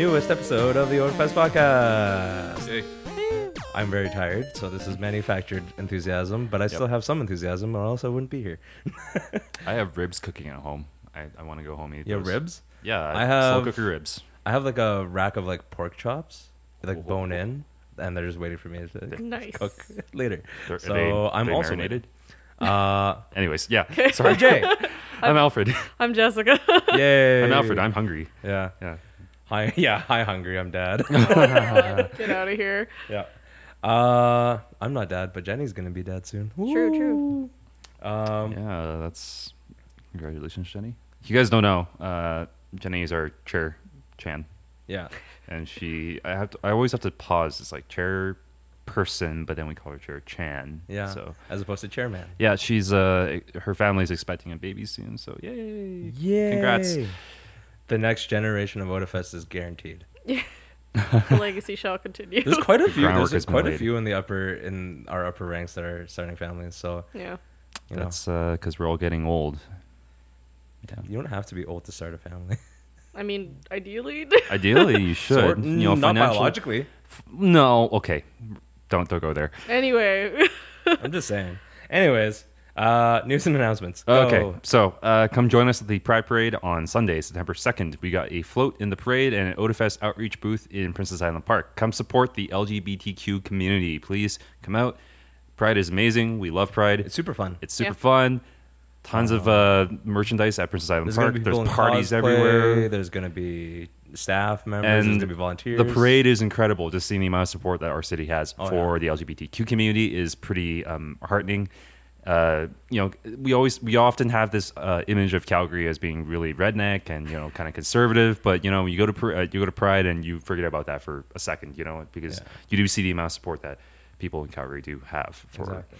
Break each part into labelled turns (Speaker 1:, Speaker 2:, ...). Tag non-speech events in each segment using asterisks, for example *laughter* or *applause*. Speaker 1: episode of the Overpass Podcast.
Speaker 2: Hey,
Speaker 1: I'm very tired, so this is manufactured enthusiasm, but I still have some enthusiasm, or else I wouldn't be here.
Speaker 2: I have ribs cooking at home. I, I want to go home and eat
Speaker 1: You have
Speaker 2: those.
Speaker 1: ribs?
Speaker 2: Yeah,
Speaker 1: I
Speaker 2: slow
Speaker 1: have-
Speaker 2: cooker ribs.
Speaker 1: I have like a rack of like pork chops, like
Speaker 2: Ooh.
Speaker 1: bone in, and they're just waiting for me to
Speaker 3: *laughs* Nice.
Speaker 1: cook *laughs* later.
Speaker 2: They're- are
Speaker 1: so
Speaker 2: they- are
Speaker 1: I'm
Speaker 2: they
Speaker 1: also
Speaker 2: marinated?
Speaker 1: Uh,
Speaker 2: Anyways, yeah. Sorry,
Speaker 1: hey Jay,
Speaker 2: *laughs* I'm Alfred.
Speaker 3: I'm Jessica. *laughs*
Speaker 1: yay!
Speaker 2: I'm Alfred. I'm hungry.
Speaker 1: yeah,
Speaker 2: Yeah.
Speaker 1: hi, *laughs* yeah, hi, hungry. I'm
Speaker 2: *laughs*
Speaker 1: dad. *laughs*
Speaker 3: Get out of here.
Speaker 1: yeah, uh, I'm not dad, but Jenny's gonna be dad soon.
Speaker 3: True, true.
Speaker 1: Woo. Um,
Speaker 2: Yeah, that's congratulations, Jenny. If You guys don't know. Uh, Jenny is our chair, Chan,
Speaker 1: yeah,
Speaker 2: and she. I have. To, I always have to pause. It's like chair person, but then we call her chair Chan.
Speaker 1: yeah.
Speaker 2: So
Speaker 1: as opposed to chairman.
Speaker 2: yeah, she's uh her family's expecting a baby soon. So yay.
Speaker 1: Yeah.
Speaker 2: Congrats.
Speaker 1: The next generation of Otafest is guaranteed.
Speaker 3: The legacy shall continue. *laughs*
Speaker 1: There's quite
Speaker 2: *laughs*
Speaker 1: a
Speaker 2: The
Speaker 1: few.
Speaker 2: groundwork
Speaker 1: There's
Speaker 2: has been
Speaker 1: quite a
Speaker 2: laid.
Speaker 1: few in the upper in our upper ranks that are starting families. So
Speaker 3: yeah.
Speaker 1: you know,
Speaker 2: That's because we're all getting old. Yeah.
Speaker 1: you don't have to be old to start a family. *laughs*
Speaker 3: I mean, ideally.
Speaker 2: Ideally, you should.
Speaker 1: Sort-
Speaker 2: you know,
Speaker 1: not
Speaker 2: financial-
Speaker 1: biologically.
Speaker 2: No, okay. Don't don't go there.
Speaker 1: *laughs*
Speaker 3: anyway,
Speaker 1: I'm just saying. Anyways, uh, news and announcements.
Speaker 2: Oh, Okay,
Speaker 1: Go.
Speaker 2: so uh, come join us at the Pride Parade on Sunday, September 2nd. We got a float in the parade and an OdaFest outreach booth in Princess Island Park. Come support the LGBTQ community. Please come out. Pride is amazing. We love Pride.
Speaker 1: It's
Speaker 2: It's,
Speaker 1: super fun.
Speaker 2: super
Speaker 3: Yeah.
Speaker 2: fun. Tons of uh, merchandise at Princess Island
Speaker 1: There's gonna
Speaker 2: Park.
Speaker 1: be
Speaker 2: There's
Speaker 1: people in
Speaker 2: parties
Speaker 1: cosplay,
Speaker 2: everywhere.
Speaker 1: There's gonna be staff members. there's
Speaker 2: and
Speaker 1: gonna be volunteers.
Speaker 2: The parade is incredible. Just seeing the amount of support that our city has
Speaker 1: Oh,
Speaker 2: for the LGBTQ community is pretty um, heartening. Uh, you know, we always we often have this uh, image of Calgary as being really redneck and you know kind of conservative, but you know you go to pr- uh, you go to Pride and you forget about that for a second, you know, because
Speaker 1: Yeah.
Speaker 2: you do see the amount of support that people in Calgary do have for
Speaker 1: Exactly.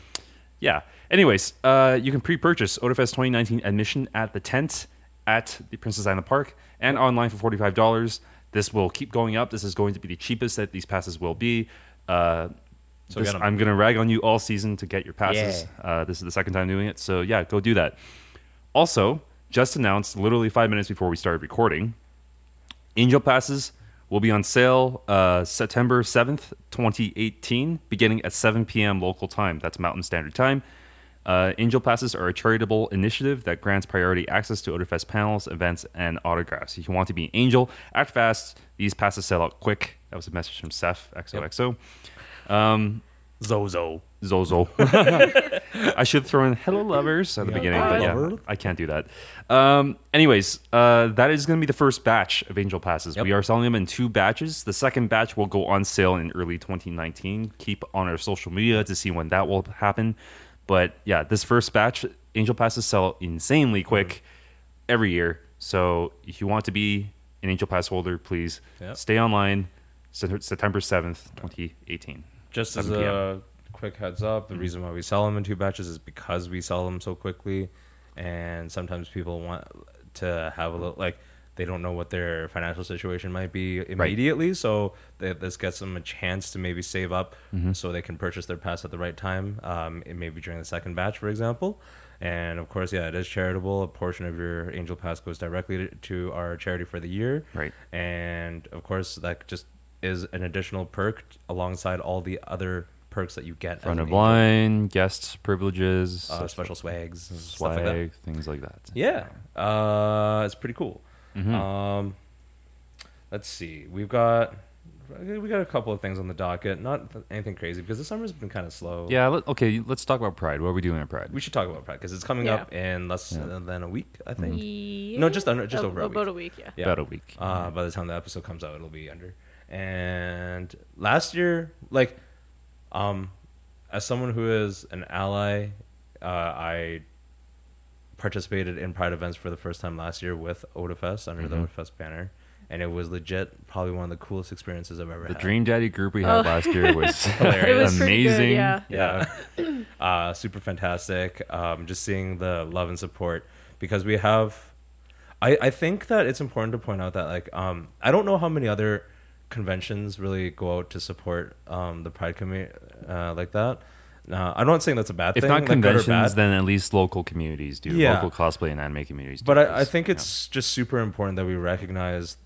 Speaker 2: yeah. Anyways, uh, you can pre-purchase Odafest 2019 admission at the tent at the Princess Island Park and online for forty-five dollars. This will keep going up. This is going to be the cheapest that these passes will be. Uh,
Speaker 1: So
Speaker 2: this-
Speaker 1: get 'em.
Speaker 2: I'm going to rag on you all season to get your passes.
Speaker 1: Yeah.
Speaker 2: Uh, this is the second time doing it, so yeah, go do that. Also, just announced literally five minutes before we started recording, Angel passes will be on sale uh, September 7th, 2018, beginning at 7 p.m. local time. That's Mountain Standard Time. Uh, Angel passes are a charitable initiative that grants priority access to Otterfest panels, events, and autographs. If you want to be an angel, act fast. These passes sell out quick. That was a message from Seth, XOXO. Um,
Speaker 1: Zozo. *laughs*
Speaker 2: Zozo. I should throw in "Hello, lovers" at the
Speaker 1: Yeah.
Speaker 2: beginning,
Speaker 3: Hello,
Speaker 2: but yeah,
Speaker 1: lovers.
Speaker 2: I can't do that. Um, anyways, uh, that is going to be the first batch of Angel passes.
Speaker 1: Yep.
Speaker 2: We are selling them in two batches. The second batch will go on sale in early 2019. Keep on our social media to see when that will happen. But yeah, this first batch Angel passes sell insanely
Speaker 1: Mm-hmm.
Speaker 2: quick every year. So if you want to be an Angel Pass holder, please
Speaker 1: Yep.
Speaker 2: stay online. Sept- September 7th, 2018.
Speaker 1: Just as
Speaker 2: 7 p.m..
Speaker 1: a quick heads up, the reason why we sell them in two batches is because we sell them so quickly, and sometimes people want to have a little like they don't know what their financial situation might be immediately, so th this gets them a chance to maybe save up so they can purchase their pass at the right time. Um, it may be during the second batch, for example. And of course, yeah, it is charitable. A portion of your angel pass goes directly to, to our charity for the year.
Speaker 2: Right.
Speaker 1: And of course, that just is an additional perk t- alongside all the other perks that you get. as
Speaker 2: front
Speaker 1: an
Speaker 2: of
Speaker 1: agent.
Speaker 2: line, guest privileges,
Speaker 1: uh,
Speaker 2: stuff-
Speaker 1: special swags, and stuff
Speaker 2: swag,
Speaker 1: like that.
Speaker 2: things like that.
Speaker 1: Yeah, uh, it's pretty cool.
Speaker 2: Mm-hmm.
Speaker 1: Um, let's see, we've got we got a couple of things on the docket. Not th- anything crazy because the summer's been kind of slow.
Speaker 2: Yeah. Let, okay. Let's talk about Pride. What are we doing at Pride?
Speaker 1: we should talk about Pride because it's coming up in less than a week, I think.
Speaker 3: no,
Speaker 1: just under- just over a
Speaker 3: Oh, about a week. Yeah.
Speaker 1: Yeah.
Speaker 2: About a week.
Speaker 1: Uh, by the time the episode comes out, it'll be under. And last year, like, um, as someone who is an ally, uh, I participated in Pride events for the first time last year with OdaFest under the
Speaker 2: Mm-hmm.
Speaker 1: OdaFest banner, and it was legit probably one of the coolest experiences I've ever
Speaker 2: the
Speaker 1: had.
Speaker 2: Dream Daddy group we had last year was
Speaker 3: Oh. *laughs*
Speaker 2: *laughs*
Speaker 3: It was pretty good,
Speaker 2: amazing.
Speaker 3: yeah.
Speaker 1: yeah uh, super fantastic um, just seeing the love and support because we have I, I think that it's important to point out that like um, i don't know how many other conventions really go out to support um, the pride community uh, like that uh, i'm not saying that's a bad
Speaker 2: If
Speaker 1: thing
Speaker 2: not
Speaker 1: like, good or bad.
Speaker 2: conventions, then at least local communities do.
Speaker 1: Yeah.
Speaker 2: Local cosplay and anime communities do.
Speaker 1: But I, I
Speaker 2: this.
Speaker 1: think
Speaker 2: Yeah.
Speaker 1: it's just super important that we recognize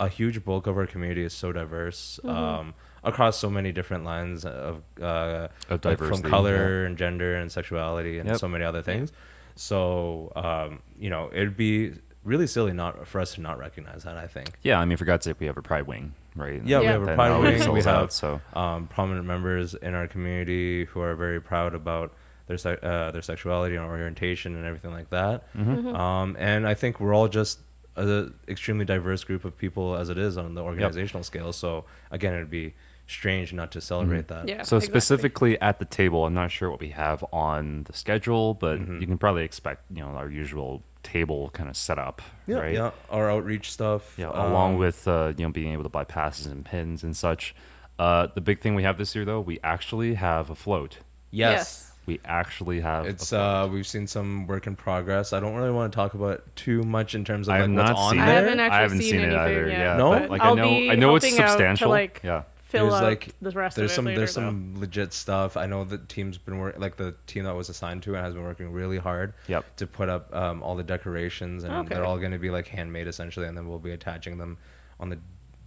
Speaker 1: a huge bulk of our community is so diverse
Speaker 2: Mm-hmm.
Speaker 1: um, across so many different lines of, uh,
Speaker 2: Of
Speaker 1: like,
Speaker 2: diversity,
Speaker 1: from color and gender and sexuality and
Speaker 2: Yep.
Speaker 1: so many other things. So um, you know, it'd be really silly not for us to not recognize that. I think.
Speaker 2: Yeah, I mean, for God's sake, we have a pride wing, right?
Speaker 1: Yeah, we
Speaker 3: Yeah.
Speaker 1: have a
Speaker 2: That
Speaker 1: pride
Speaker 2: already
Speaker 1: wing. We
Speaker 2: sells out,
Speaker 1: have
Speaker 2: so
Speaker 1: um, prominent members in our community who are very proud about their se- uh, their sexuality and orientation and everything like that.
Speaker 2: Mm-hmm.
Speaker 3: Mm-hmm.
Speaker 1: Um, and I think we're all just an extremely diverse group of people as it is on the organizational scale. So again, it'd be strange not to celebrate that.
Speaker 3: Yeah.
Speaker 2: So
Speaker 3: exactly.
Speaker 2: specifically at the table, I'm not sure what we have on the schedule, but
Speaker 1: Mm-hmm.
Speaker 2: you can probably expect you know our usual table kind of setup,
Speaker 1: Yeah,
Speaker 2: right?
Speaker 1: yeah, our outreach stuff.
Speaker 2: Yeah, along
Speaker 1: um,
Speaker 2: with uh, you know being able to buy passes and pins and such. Uh, the big thing we have this year though, we actually have a float.
Speaker 1: yes,
Speaker 2: We actually have. a
Speaker 1: it's
Speaker 2: float.
Speaker 1: uh, we've seen some work in progress. I don't really want to talk about too much in terms of
Speaker 2: I
Speaker 1: like
Speaker 2: have
Speaker 1: what's
Speaker 2: not
Speaker 1: on
Speaker 2: seen
Speaker 1: there.
Speaker 3: I haven't
Speaker 2: I
Speaker 3: actually
Speaker 2: haven't
Speaker 3: seen
Speaker 2: seen it
Speaker 3: anything
Speaker 2: either.
Speaker 3: yet,
Speaker 2: Yeah,
Speaker 1: No?
Speaker 2: but, like I
Speaker 3: I'll
Speaker 2: know
Speaker 3: be
Speaker 2: I know it's
Speaker 3: helping out to,
Speaker 2: substantial.
Speaker 3: like,
Speaker 2: yeah.
Speaker 3: Fill
Speaker 1: there's
Speaker 3: out
Speaker 1: like
Speaker 3: the rest
Speaker 1: there's
Speaker 3: of it
Speaker 1: some
Speaker 3: later,
Speaker 1: there's
Speaker 3: though.
Speaker 1: some legit stuff. I know the team's been working like the team that was assigned to it has been working really hard
Speaker 2: Yep.
Speaker 1: to put up um, all the decorations and
Speaker 3: Okay.
Speaker 1: they're all going to be like handmade essentially, and then we'll be attaching them on the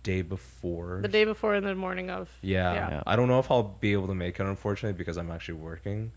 Speaker 1: day before.
Speaker 3: the day before and the morning of.
Speaker 1: Yeah.
Speaker 2: Yeah.
Speaker 1: I don't know if I'll be able to make it unfortunately because I'm actually working,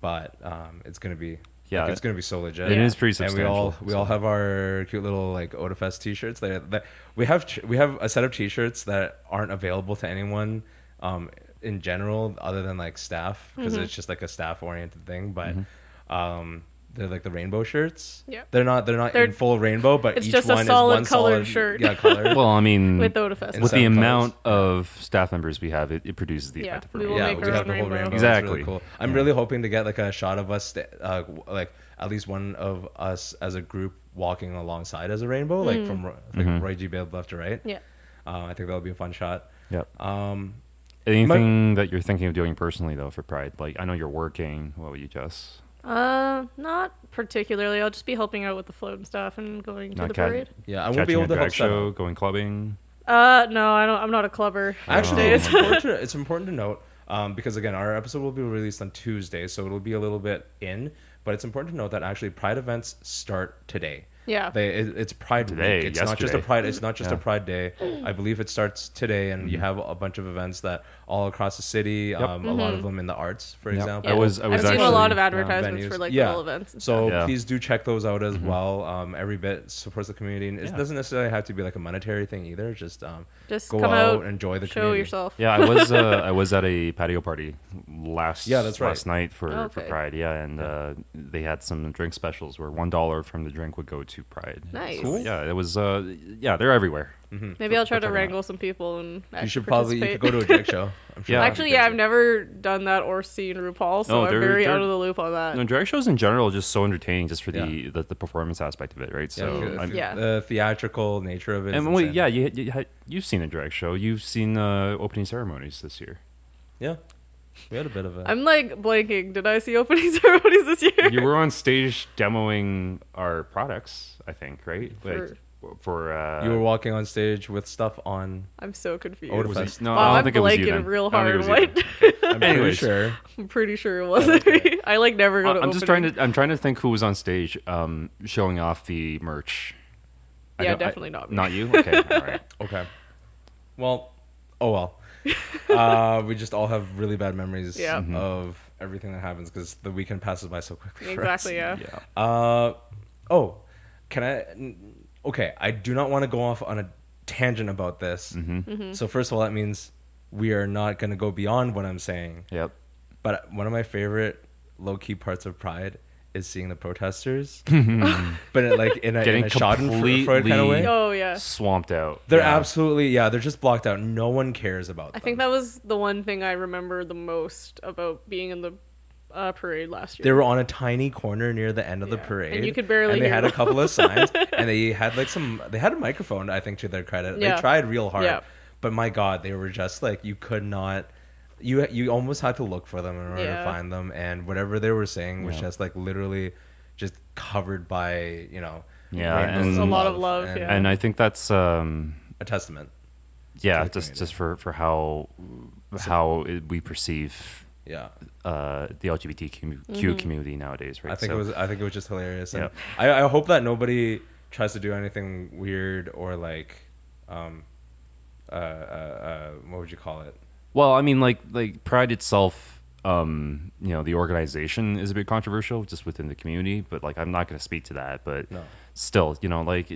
Speaker 1: but um, it's gonna be.
Speaker 2: Yeah,
Speaker 1: like, it's
Speaker 2: it-
Speaker 1: gonna be so legit.
Speaker 2: it is pretty
Speaker 1: And we all
Speaker 2: substantial,
Speaker 1: we
Speaker 2: so.
Speaker 1: all have our cute little like OdaFest t-shirts that, that we have t- we have a set of t-shirts that aren't available to anyone um, in general other than like staff because
Speaker 3: Mm-hmm.
Speaker 1: it's just like a staff oriented thing. But
Speaker 2: Mm-hmm.
Speaker 1: um, they're like the rainbow shirts.
Speaker 3: Yeah.
Speaker 1: they're not they're not
Speaker 3: They're-
Speaker 1: in full rainbow, but
Speaker 3: it's
Speaker 1: each
Speaker 3: just a
Speaker 1: one
Speaker 3: solid
Speaker 1: is one
Speaker 3: colored
Speaker 1: solid
Speaker 3: shirt.
Speaker 1: Yeah,
Speaker 3: *laughs*
Speaker 1: color.
Speaker 2: Well, I mean,
Speaker 3: With Odafest.
Speaker 2: with the
Speaker 1: Seven
Speaker 2: amount of staff members we have, it, it produces the
Speaker 3: Yeah,
Speaker 2: effect of a
Speaker 3: we
Speaker 2: rainbow.
Speaker 3: will
Speaker 1: yeah,
Speaker 3: make
Speaker 1: we
Speaker 3: our
Speaker 1: have
Speaker 3: own
Speaker 1: the whole
Speaker 3: rainbow.
Speaker 1: rainbow.
Speaker 2: Exactly.
Speaker 1: It's really cool. I'm really hoping to get like a shot of us, sta- uh, w- like at least one of us as a group walking alongside as a rainbow, like from Ro- like
Speaker 2: Mm-hmm.
Speaker 1: Roy G. Biv left to right.
Speaker 3: Mm. Yeah.
Speaker 1: Uh, I think that would be a fun shot.
Speaker 2: Yep.
Speaker 1: Um,
Speaker 2: Anything that you're thinking of doing personally though for Pride? Like I know you're working. What would you just
Speaker 3: Uh, not particularly. I'll just be helping out with the float and stuff and going to
Speaker 2: Not
Speaker 3: the
Speaker 2: cat-
Speaker 3: parade.
Speaker 1: yeah, I won't be
Speaker 2: catching a
Speaker 1: able to
Speaker 2: drag
Speaker 1: help set
Speaker 2: show,
Speaker 1: up.
Speaker 2: going clubbing?
Speaker 3: Uh, no, I don't. I'm not a clubber.
Speaker 1: Actually,
Speaker 2: Oh.
Speaker 3: Um,
Speaker 1: it's important to, it's important to note um, because again, our episode will be released on Tuesday, so it'll be a little bit in. But it's important to note that actually Pride events start today.
Speaker 3: Yeah.
Speaker 1: They, it, it's Pride
Speaker 2: Today,
Speaker 1: Week. It's not just a
Speaker 2: yesterday.
Speaker 1: Pride. It's not just a
Speaker 2: Yeah. Mm-hmm.
Speaker 1: Pride Day. I believe it starts today, and you have a bunch of events that all across the city. Um, A lot of them in the arts, for
Speaker 2: Yep.
Speaker 1: example.
Speaker 2: I was- I
Speaker 3: have
Speaker 2: was
Speaker 3: Mm-hmm. seen a lot of
Speaker 2: actually, uh, yeah,
Speaker 3: advertisements for
Speaker 1: venues.
Speaker 3: like
Speaker 1: Yeah.
Speaker 3: little events. and
Speaker 1: So
Speaker 3: stuff.
Speaker 2: Yeah. Mm-hmm.
Speaker 1: please do check those out as well. Um, every bit supports the community, and it
Speaker 2: Yeah.
Speaker 1: doesn't necessarily have to be like a monetary thing either. Just um,
Speaker 3: just
Speaker 1: go
Speaker 3: come out,
Speaker 1: and enjoy the
Speaker 3: show
Speaker 1: community.
Speaker 3: yourself.
Speaker 2: Yeah, I was uh, I was at a patio party last
Speaker 1: Yeah, that's right.
Speaker 2: last night for, for
Speaker 3: Okay.
Speaker 2: Pride. Yeah, and uh, they had some drink specials where one dollar from the drink would go to Pride.
Speaker 3: Nice.
Speaker 2: So, yeah, it was. Uh, yeah, they're everywhere.
Speaker 3: Maybe I'll try
Speaker 2: We're
Speaker 3: to
Speaker 2: talking
Speaker 3: wrangle some people and
Speaker 1: You
Speaker 3: actually
Speaker 1: should probably you could
Speaker 3: participate.
Speaker 1: go to a *laughs* drag
Speaker 3: *laughs*
Speaker 1: show. I'm sure
Speaker 2: Yeah.
Speaker 1: that'd be
Speaker 3: Actually, yeah, I've
Speaker 1: crazy.
Speaker 3: never done that or seen RuPaul, so
Speaker 2: No,
Speaker 3: I'm
Speaker 2: they're-
Speaker 3: very out
Speaker 2: they're-
Speaker 3: of the loop on that.
Speaker 2: No, drag shows in general are just so entertaining, just for the, the the performance aspect of it, right? So
Speaker 1: Yeah,
Speaker 2: I'm-
Speaker 1: the,
Speaker 3: Yeah.
Speaker 1: the theatrical nature of it. is
Speaker 2: And wait,
Speaker 1: insane.
Speaker 2: yeah, you, you had- you've seen a drag show. You've seen uh, opening ceremonies this year.
Speaker 1: yeah, we had a bit of a.
Speaker 3: I'm like blanking. Did I see opening *laughs* ceremonies this year?
Speaker 2: you were on stage demoing our products, I think, right? Like for uh,
Speaker 1: you were walking on stage with stuff on.
Speaker 3: I'm so confused.
Speaker 1: Or
Speaker 2: was
Speaker 1: was
Speaker 2: it-
Speaker 1: it-
Speaker 2: no,
Speaker 3: Wow,
Speaker 2: I don't
Speaker 3: I'm
Speaker 2: think it was you.
Speaker 3: blanking
Speaker 2: Then.
Speaker 3: real
Speaker 2: I don't
Speaker 3: hard.
Speaker 2: think it was you
Speaker 3: What?
Speaker 2: then.
Speaker 1: I'm pretty
Speaker 2: *laughs* Anyways.
Speaker 1: sure.
Speaker 3: *laughs* I'm pretty sure it wasn't. me. I like never go to.
Speaker 2: I- I'm just trying to I'm trying to think who was on stage um, showing off the merch. I
Speaker 3: Yeah,
Speaker 2: don't- I-
Speaker 3: definitely not me.
Speaker 2: Not you. Okay, all
Speaker 3: *laughs*
Speaker 2: right.
Speaker 1: Okay. Well, oh well. uh, we just all have really bad memories
Speaker 3: Yeah. Mhm.
Speaker 1: of everything that happens because the weekend passes by so quickly. for us.
Speaker 3: Exactly.
Speaker 2: *laughs*
Speaker 3: Yeah.
Speaker 2: Yeah.
Speaker 1: Uh, oh, can I? n- Okay, I do not want to go off on a tangent about this.
Speaker 2: Mm-hmm.
Speaker 3: Mm-hmm.
Speaker 1: So first of all, that means we are not going to go beyond what I'm saying.
Speaker 2: Yep.
Speaker 1: But one of my favorite low key parts of Pride is seeing the
Speaker 2: *laughs*
Speaker 1: protesters, but in, like in a, in
Speaker 2: Mm-hmm. Getting
Speaker 1: a Schadenfreude kind of
Speaker 2: completely-
Speaker 1: way.
Speaker 3: Oh yeah.
Speaker 2: Swamped out.
Speaker 1: They're
Speaker 2: Yeah.
Speaker 1: absolutely yeah. They're just blocked out. No one cares about.
Speaker 3: I
Speaker 1: them.
Speaker 3: think that was the one thing I remember the most about being in the uh, parade last year.
Speaker 1: they were on a tiny corner near the end of the
Speaker 3: Yeah. And
Speaker 1: parade,
Speaker 3: you could barely
Speaker 1: And they
Speaker 3: hear
Speaker 1: had a
Speaker 3: them.
Speaker 1: couple of signs,
Speaker 3: *laughs*
Speaker 1: and they had like some. They had a microphone, I think, to their credit.
Speaker 3: Yeah.
Speaker 1: They tried real hard,
Speaker 3: Yeah.
Speaker 1: but my god, they were just like you could not. You you almost had to look for them in order
Speaker 3: Yeah.
Speaker 1: to find them, and whatever they were saying was
Speaker 2: Yeah.
Speaker 1: just like literally just covered by you know
Speaker 2: Yeah,
Speaker 1: rainbows
Speaker 2: and- A
Speaker 3: lot of love, yeah.
Speaker 2: And I think that's um,
Speaker 1: a testament.
Speaker 2: yeah,
Speaker 1: the
Speaker 2: just
Speaker 1: community.
Speaker 2: just for for how how it, we perceive
Speaker 1: Yeah,
Speaker 2: uh, the LGBTQ
Speaker 3: Mm-hmm.
Speaker 2: community nowadays, right?
Speaker 1: I think
Speaker 2: So-
Speaker 1: it was. I think it was just hilarious. And
Speaker 2: Yeah.
Speaker 1: I, I hope that nobody tries to do anything weird or like um, uh, uh, uh, what would you call it?
Speaker 2: Well, I mean, like like Pride itself, um, you know, the organization is a bit controversial just within the community. But like, I'm not going to speak to that. But
Speaker 1: No.
Speaker 2: still, you know, like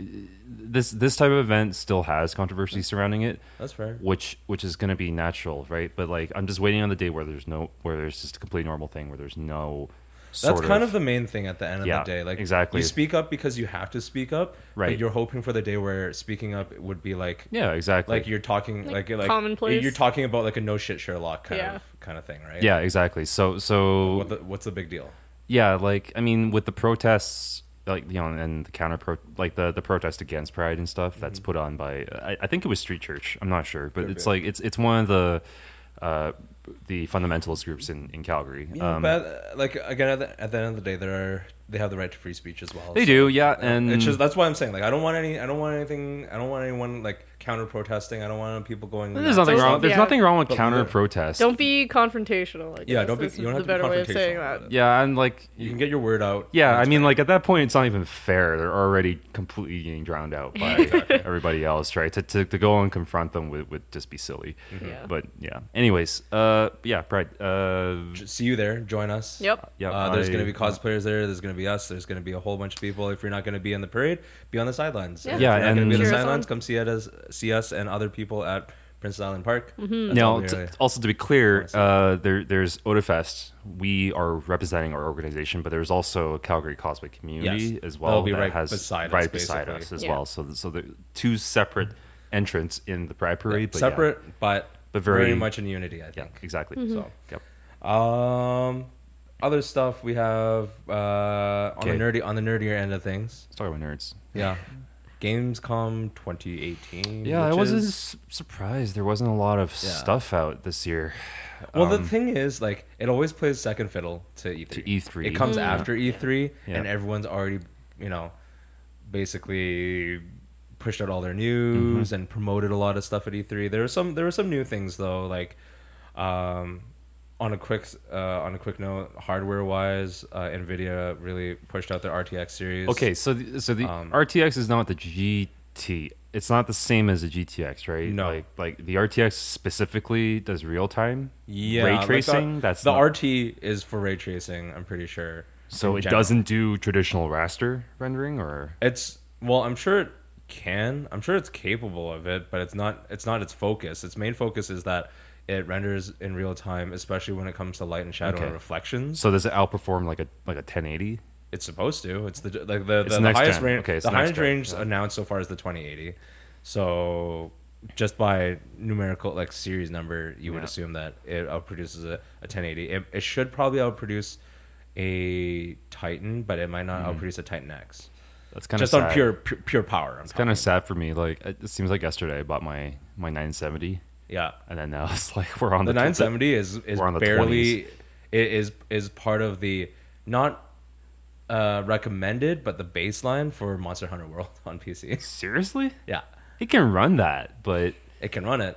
Speaker 2: this this type of event still has controversy surrounding it,
Speaker 1: That's fair.
Speaker 2: which which is going to be natural, right? But like, I'm just waiting on the day where there's no where there's just a complete normal thing where there's no.
Speaker 1: That's
Speaker 2: sort
Speaker 1: kind of the main thing at the end of the
Speaker 2: Yeah,
Speaker 1: day. Like
Speaker 2: exactly.
Speaker 1: you speak up because you have to speak up. but
Speaker 2: Right.
Speaker 1: you're hoping for the day where speaking up would be like
Speaker 2: yeah, exactly.
Speaker 1: like you're talking like
Speaker 3: Like
Speaker 1: like,
Speaker 3: commonplace.
Speaker 1: You're talking about like a no shit Sherlock kind
Speaker 3: Yeah.
Speaker 1: of kind of thing, right?
Speaker 2: yeah, exactly. So so
Speaker 1: What the, what's the big deal?
Speaker 2: yeah like i mean with the protests like you know and the counter pro like the the protest against pride and stuff that's put on by I, I think it was street church i'm not sure but
Speaker 1: Mm-hmm. Could
Speaker 2: it's
Speaker 1: be.
Speaker 2: like it's it's one of the uh the fundamentalist groups in in calgary Um,
Speaker 1: Yeah, but uh, like again, at the, at the end of the day, there are they have the right to free speech as well.
Speaker 2: they
Speaker 1: so-
Speaker 2: do yeah and
Speaker 1: It's just that's why I'm saying like I don't want any I don't want anything I don't want anyone like counter protesting I don't want people going
Speaker 2: there's nothing
Speaker 3: Those-
Speaker 2: wrong there's
Speaker 3: yeah.
Speaker 2: nothing wrong with
Speaker 1: But
Speaker 2: counter
Speaker 1: they're-
Speaker 2: protest
Speaker 3: Don't be confrontational. I guess.
Speaker 1: Yeah, don't be-
Speaker 3: is
Speaker 1: you don't have
Speaker 3: the
Speaker 1: to be
Speaker 3: better way of saying
Speaker 1: confrontational
Speaker 3: that.
Speaker 1: about it.
Speaker 2: yeah and like
Speaker 1: you can get your word out
Speaker 2: yeah i mean like at that point it's not even fair they're already completely getting drowned out
Speaker 3: *laughs*
Speaker 2: by everybody else right to, to, to go and confront them would, would just be silly
Speaker 1: Mm-hmm.
Speaker 3: Yeah.
Speaker 2: but yeah anyways uh yeah pride uh
Speaker 1: J- see you there join us
Speaker 3: Yep.
Speaker 2: Yeah,
Speaker 1: uh, there's
Speaker 2: I-
Speaker 1: going to be cosplayers there. There's going to be us. There's going to be a whole bunch of people. If you're not going to be in the parade, be on the sidelines.
Speaker 3: Yeah.
Speaker 1: If
Speaker 2: Yeah,
Speaker 1: you're not going
Speaker 2: and-
Speaker 1: to be on
Speaker 3: Cheer
Speaker 1: the
Speaker 3: us
Speaker 1: sidelines.
Speaker 3: on.
Speaker 1: Come see us, see us and other people at Prince Island Park.
Speaker 3: Mm-hmm.
Speaker 1: That's all
Speaker 2: Now,
Speaker 1: we
Speaker 2: t-
Speaker 1: really-
Speaker 2: also to be clear, uh, there there's Odafest. We are representing our organization, but there's also a Calgary Cosplay community
Speaker 1: Yes.
Speaker 2: as well
Speaker 1: They'll be
Speaker 2: that
Speaker 1: right
Speaker 2: has
Speaker 1: beside us,
Speaker 2: right beside
Speaker 1: basically.
Speaker 2: us as
Speaker 3: Yeah.
Speaker 2: well. So, th- so the two separate entrants in the Pride Parade, but yeah.
Speaker 1: separate, but
Speaker 2: But
Speaker 1: very,
Speaker 2: very-
Speaker 1: much in unity. I
Speaker 2: Yeah,
Speaker 1: think.
Speaker 2: exactly.
Speaker 3: Mm-hmm.
Speaker 2: So, yep.
Speaker 1: Um, other stuff we have uh, on the
Speaker 2: Okay.
Speaker 1: nerdy on the nerdier end of things.
Speaker 2: Let's talk about nerds. *laughs*
Speaker 1: Yeah, Gamescom 2018.
Speaker 2: Yeah, I
Speaker 1: which
Speaker 2: wasn't
Speaker 1: is-
Speaker 2: s- surprised. There wasn't a lot of stuff out this year.
Speaker 1: Well, the thing is, like, it always plays second fiddle to E3.
Speaker 2: um, To E3,
Speaker 1: It comes
Speaker 2: Mm.
Speaker 1: after E3,
Speaker 2: Yeah.
Speaker 1: and everyone's already, you know, basically pushed out all their news
Speaker 2: Mm-hmm.
Speaker 1: and promoted a lot of stuff at E3. There were some there were some new things though, like um on a quick uh, on a quick note, hardware wise, uh, Nvidia really pushed out their RTX series.
Speaker 2: Okay, so the, so the
Speaker 1: Um,
Speaker 2: RTX is not the GT. It's not the same as the GTX, right?
Speaker 1: No.
Speaker 2: like, like the RTX specifically does real time
Speaker 1: yeah,
Speaker 2: ray
Speaker 1: like the-
Speaker 2: tracing. That's
Speaker 1: the
Speaker 2: not-
Speaker 1: RT is for ray tracing. I'm pretty sure.
Speaker 2: So
Speaker 1: in
Speaker 2: it
Speaker 1: general.
Speaker 2: doesn't do traditional raster rendering, or
Speaker 1: It's well, I'm sure it can. I'm sure it's capable of it, but it's not. It's not its focus. Its main focus is that it renders in real time, especially when it comes to light and shadow
Speaker 2: Okay.
Speaker 1: and reflections.
Speaker 2: so does it outperform like a like a 1080?
Speaker 1: It's supposed to. It's the like the,
Speaker 2: It's
Speaker 1: the, the
Speaker 2: next
Speaker 1: highest
Speaker 2: gen.
Speaker 1: range.
Speaker 2: Okay, it's
Speaker 1: the
Speaker 2: next
Speaker 1: highest
Speaker 2: gen,
Speaker 1: range
Speaker 2: yeah.
Speaker 1: announced so far is the 2080. So just by numerical like series number, you would
Speaker 2: Yeah.
Speaker 1: assume that it outproduces a, a 1080. It, it should probably outproduce a Titan, but it might not outproduce a Titan X.
Speaker 2: That's kind of
Speaker 1: Just
Speaker 2: Mm-hmm. sad.
Speaker 1: on pure, pure pure power. I'm
Speaker 2: It's kind of sad for me. Like it it seems like yesterday I bought my my 970,
Speaker 1: yeah.
Speaker 2: and then now *laughs* it's like we're on
Speaker 1: the
Speaker 2: the,
Speaker 1: 970 is is
Speaker 2: we're on the
Speaker 1: barely it is is part of the not uh recommended but the baseline for monster hunter world *laughs* on pc
Speaker 2: Seriously,
Speaker 1: yeah
Speaker 2: it can run that, but
Speaker 1: it can run it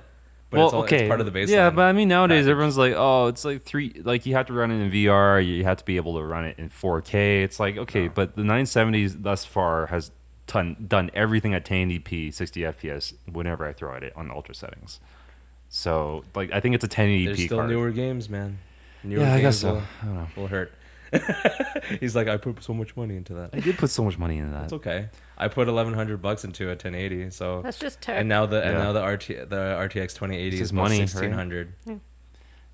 Speaker 1: but it's, all, it's part of the baseline
Speaker 2: Yeah, but I mean nowadays
Speaker 1: package.
Speaker 2: everyone's like, oh, it's like three. Like you have to run it in VR. You have to be able to run it in 4K. It's like
Speaker 1: Oh.
Speaker 2: okay, but the 970s thus far has ton, done everything at 1080p, 60 FPS whenever I throw at it on ultra settings. So like I think it's a 1080p
Speaker 1: there's still
Speaker 2: card.
Speaker 1: newer games man newer
Speaker 2: Yeah, I
Speaker 1: games
Speaker 2: guess so.
Speaker 1: will,
Speaker 2: I don't know.
Speaker 1: will hurt *laughs* he's like i put so much money into that
Speaker 2: I did put so much money into that.
Speaker 1: it's okay i put 1100 bucks into a 1080 so
Speaker 3: That's just tech.
Speaker 1: and now the and
Speaker 2: Yeah.
Speaker 1: now the rt the rtx 2080
Speaker 2: This
Speaker 1: is
Speaker 2: is
Speaker 1: money
Speaker 2: money, right?
Speaker 1: 1600 yeah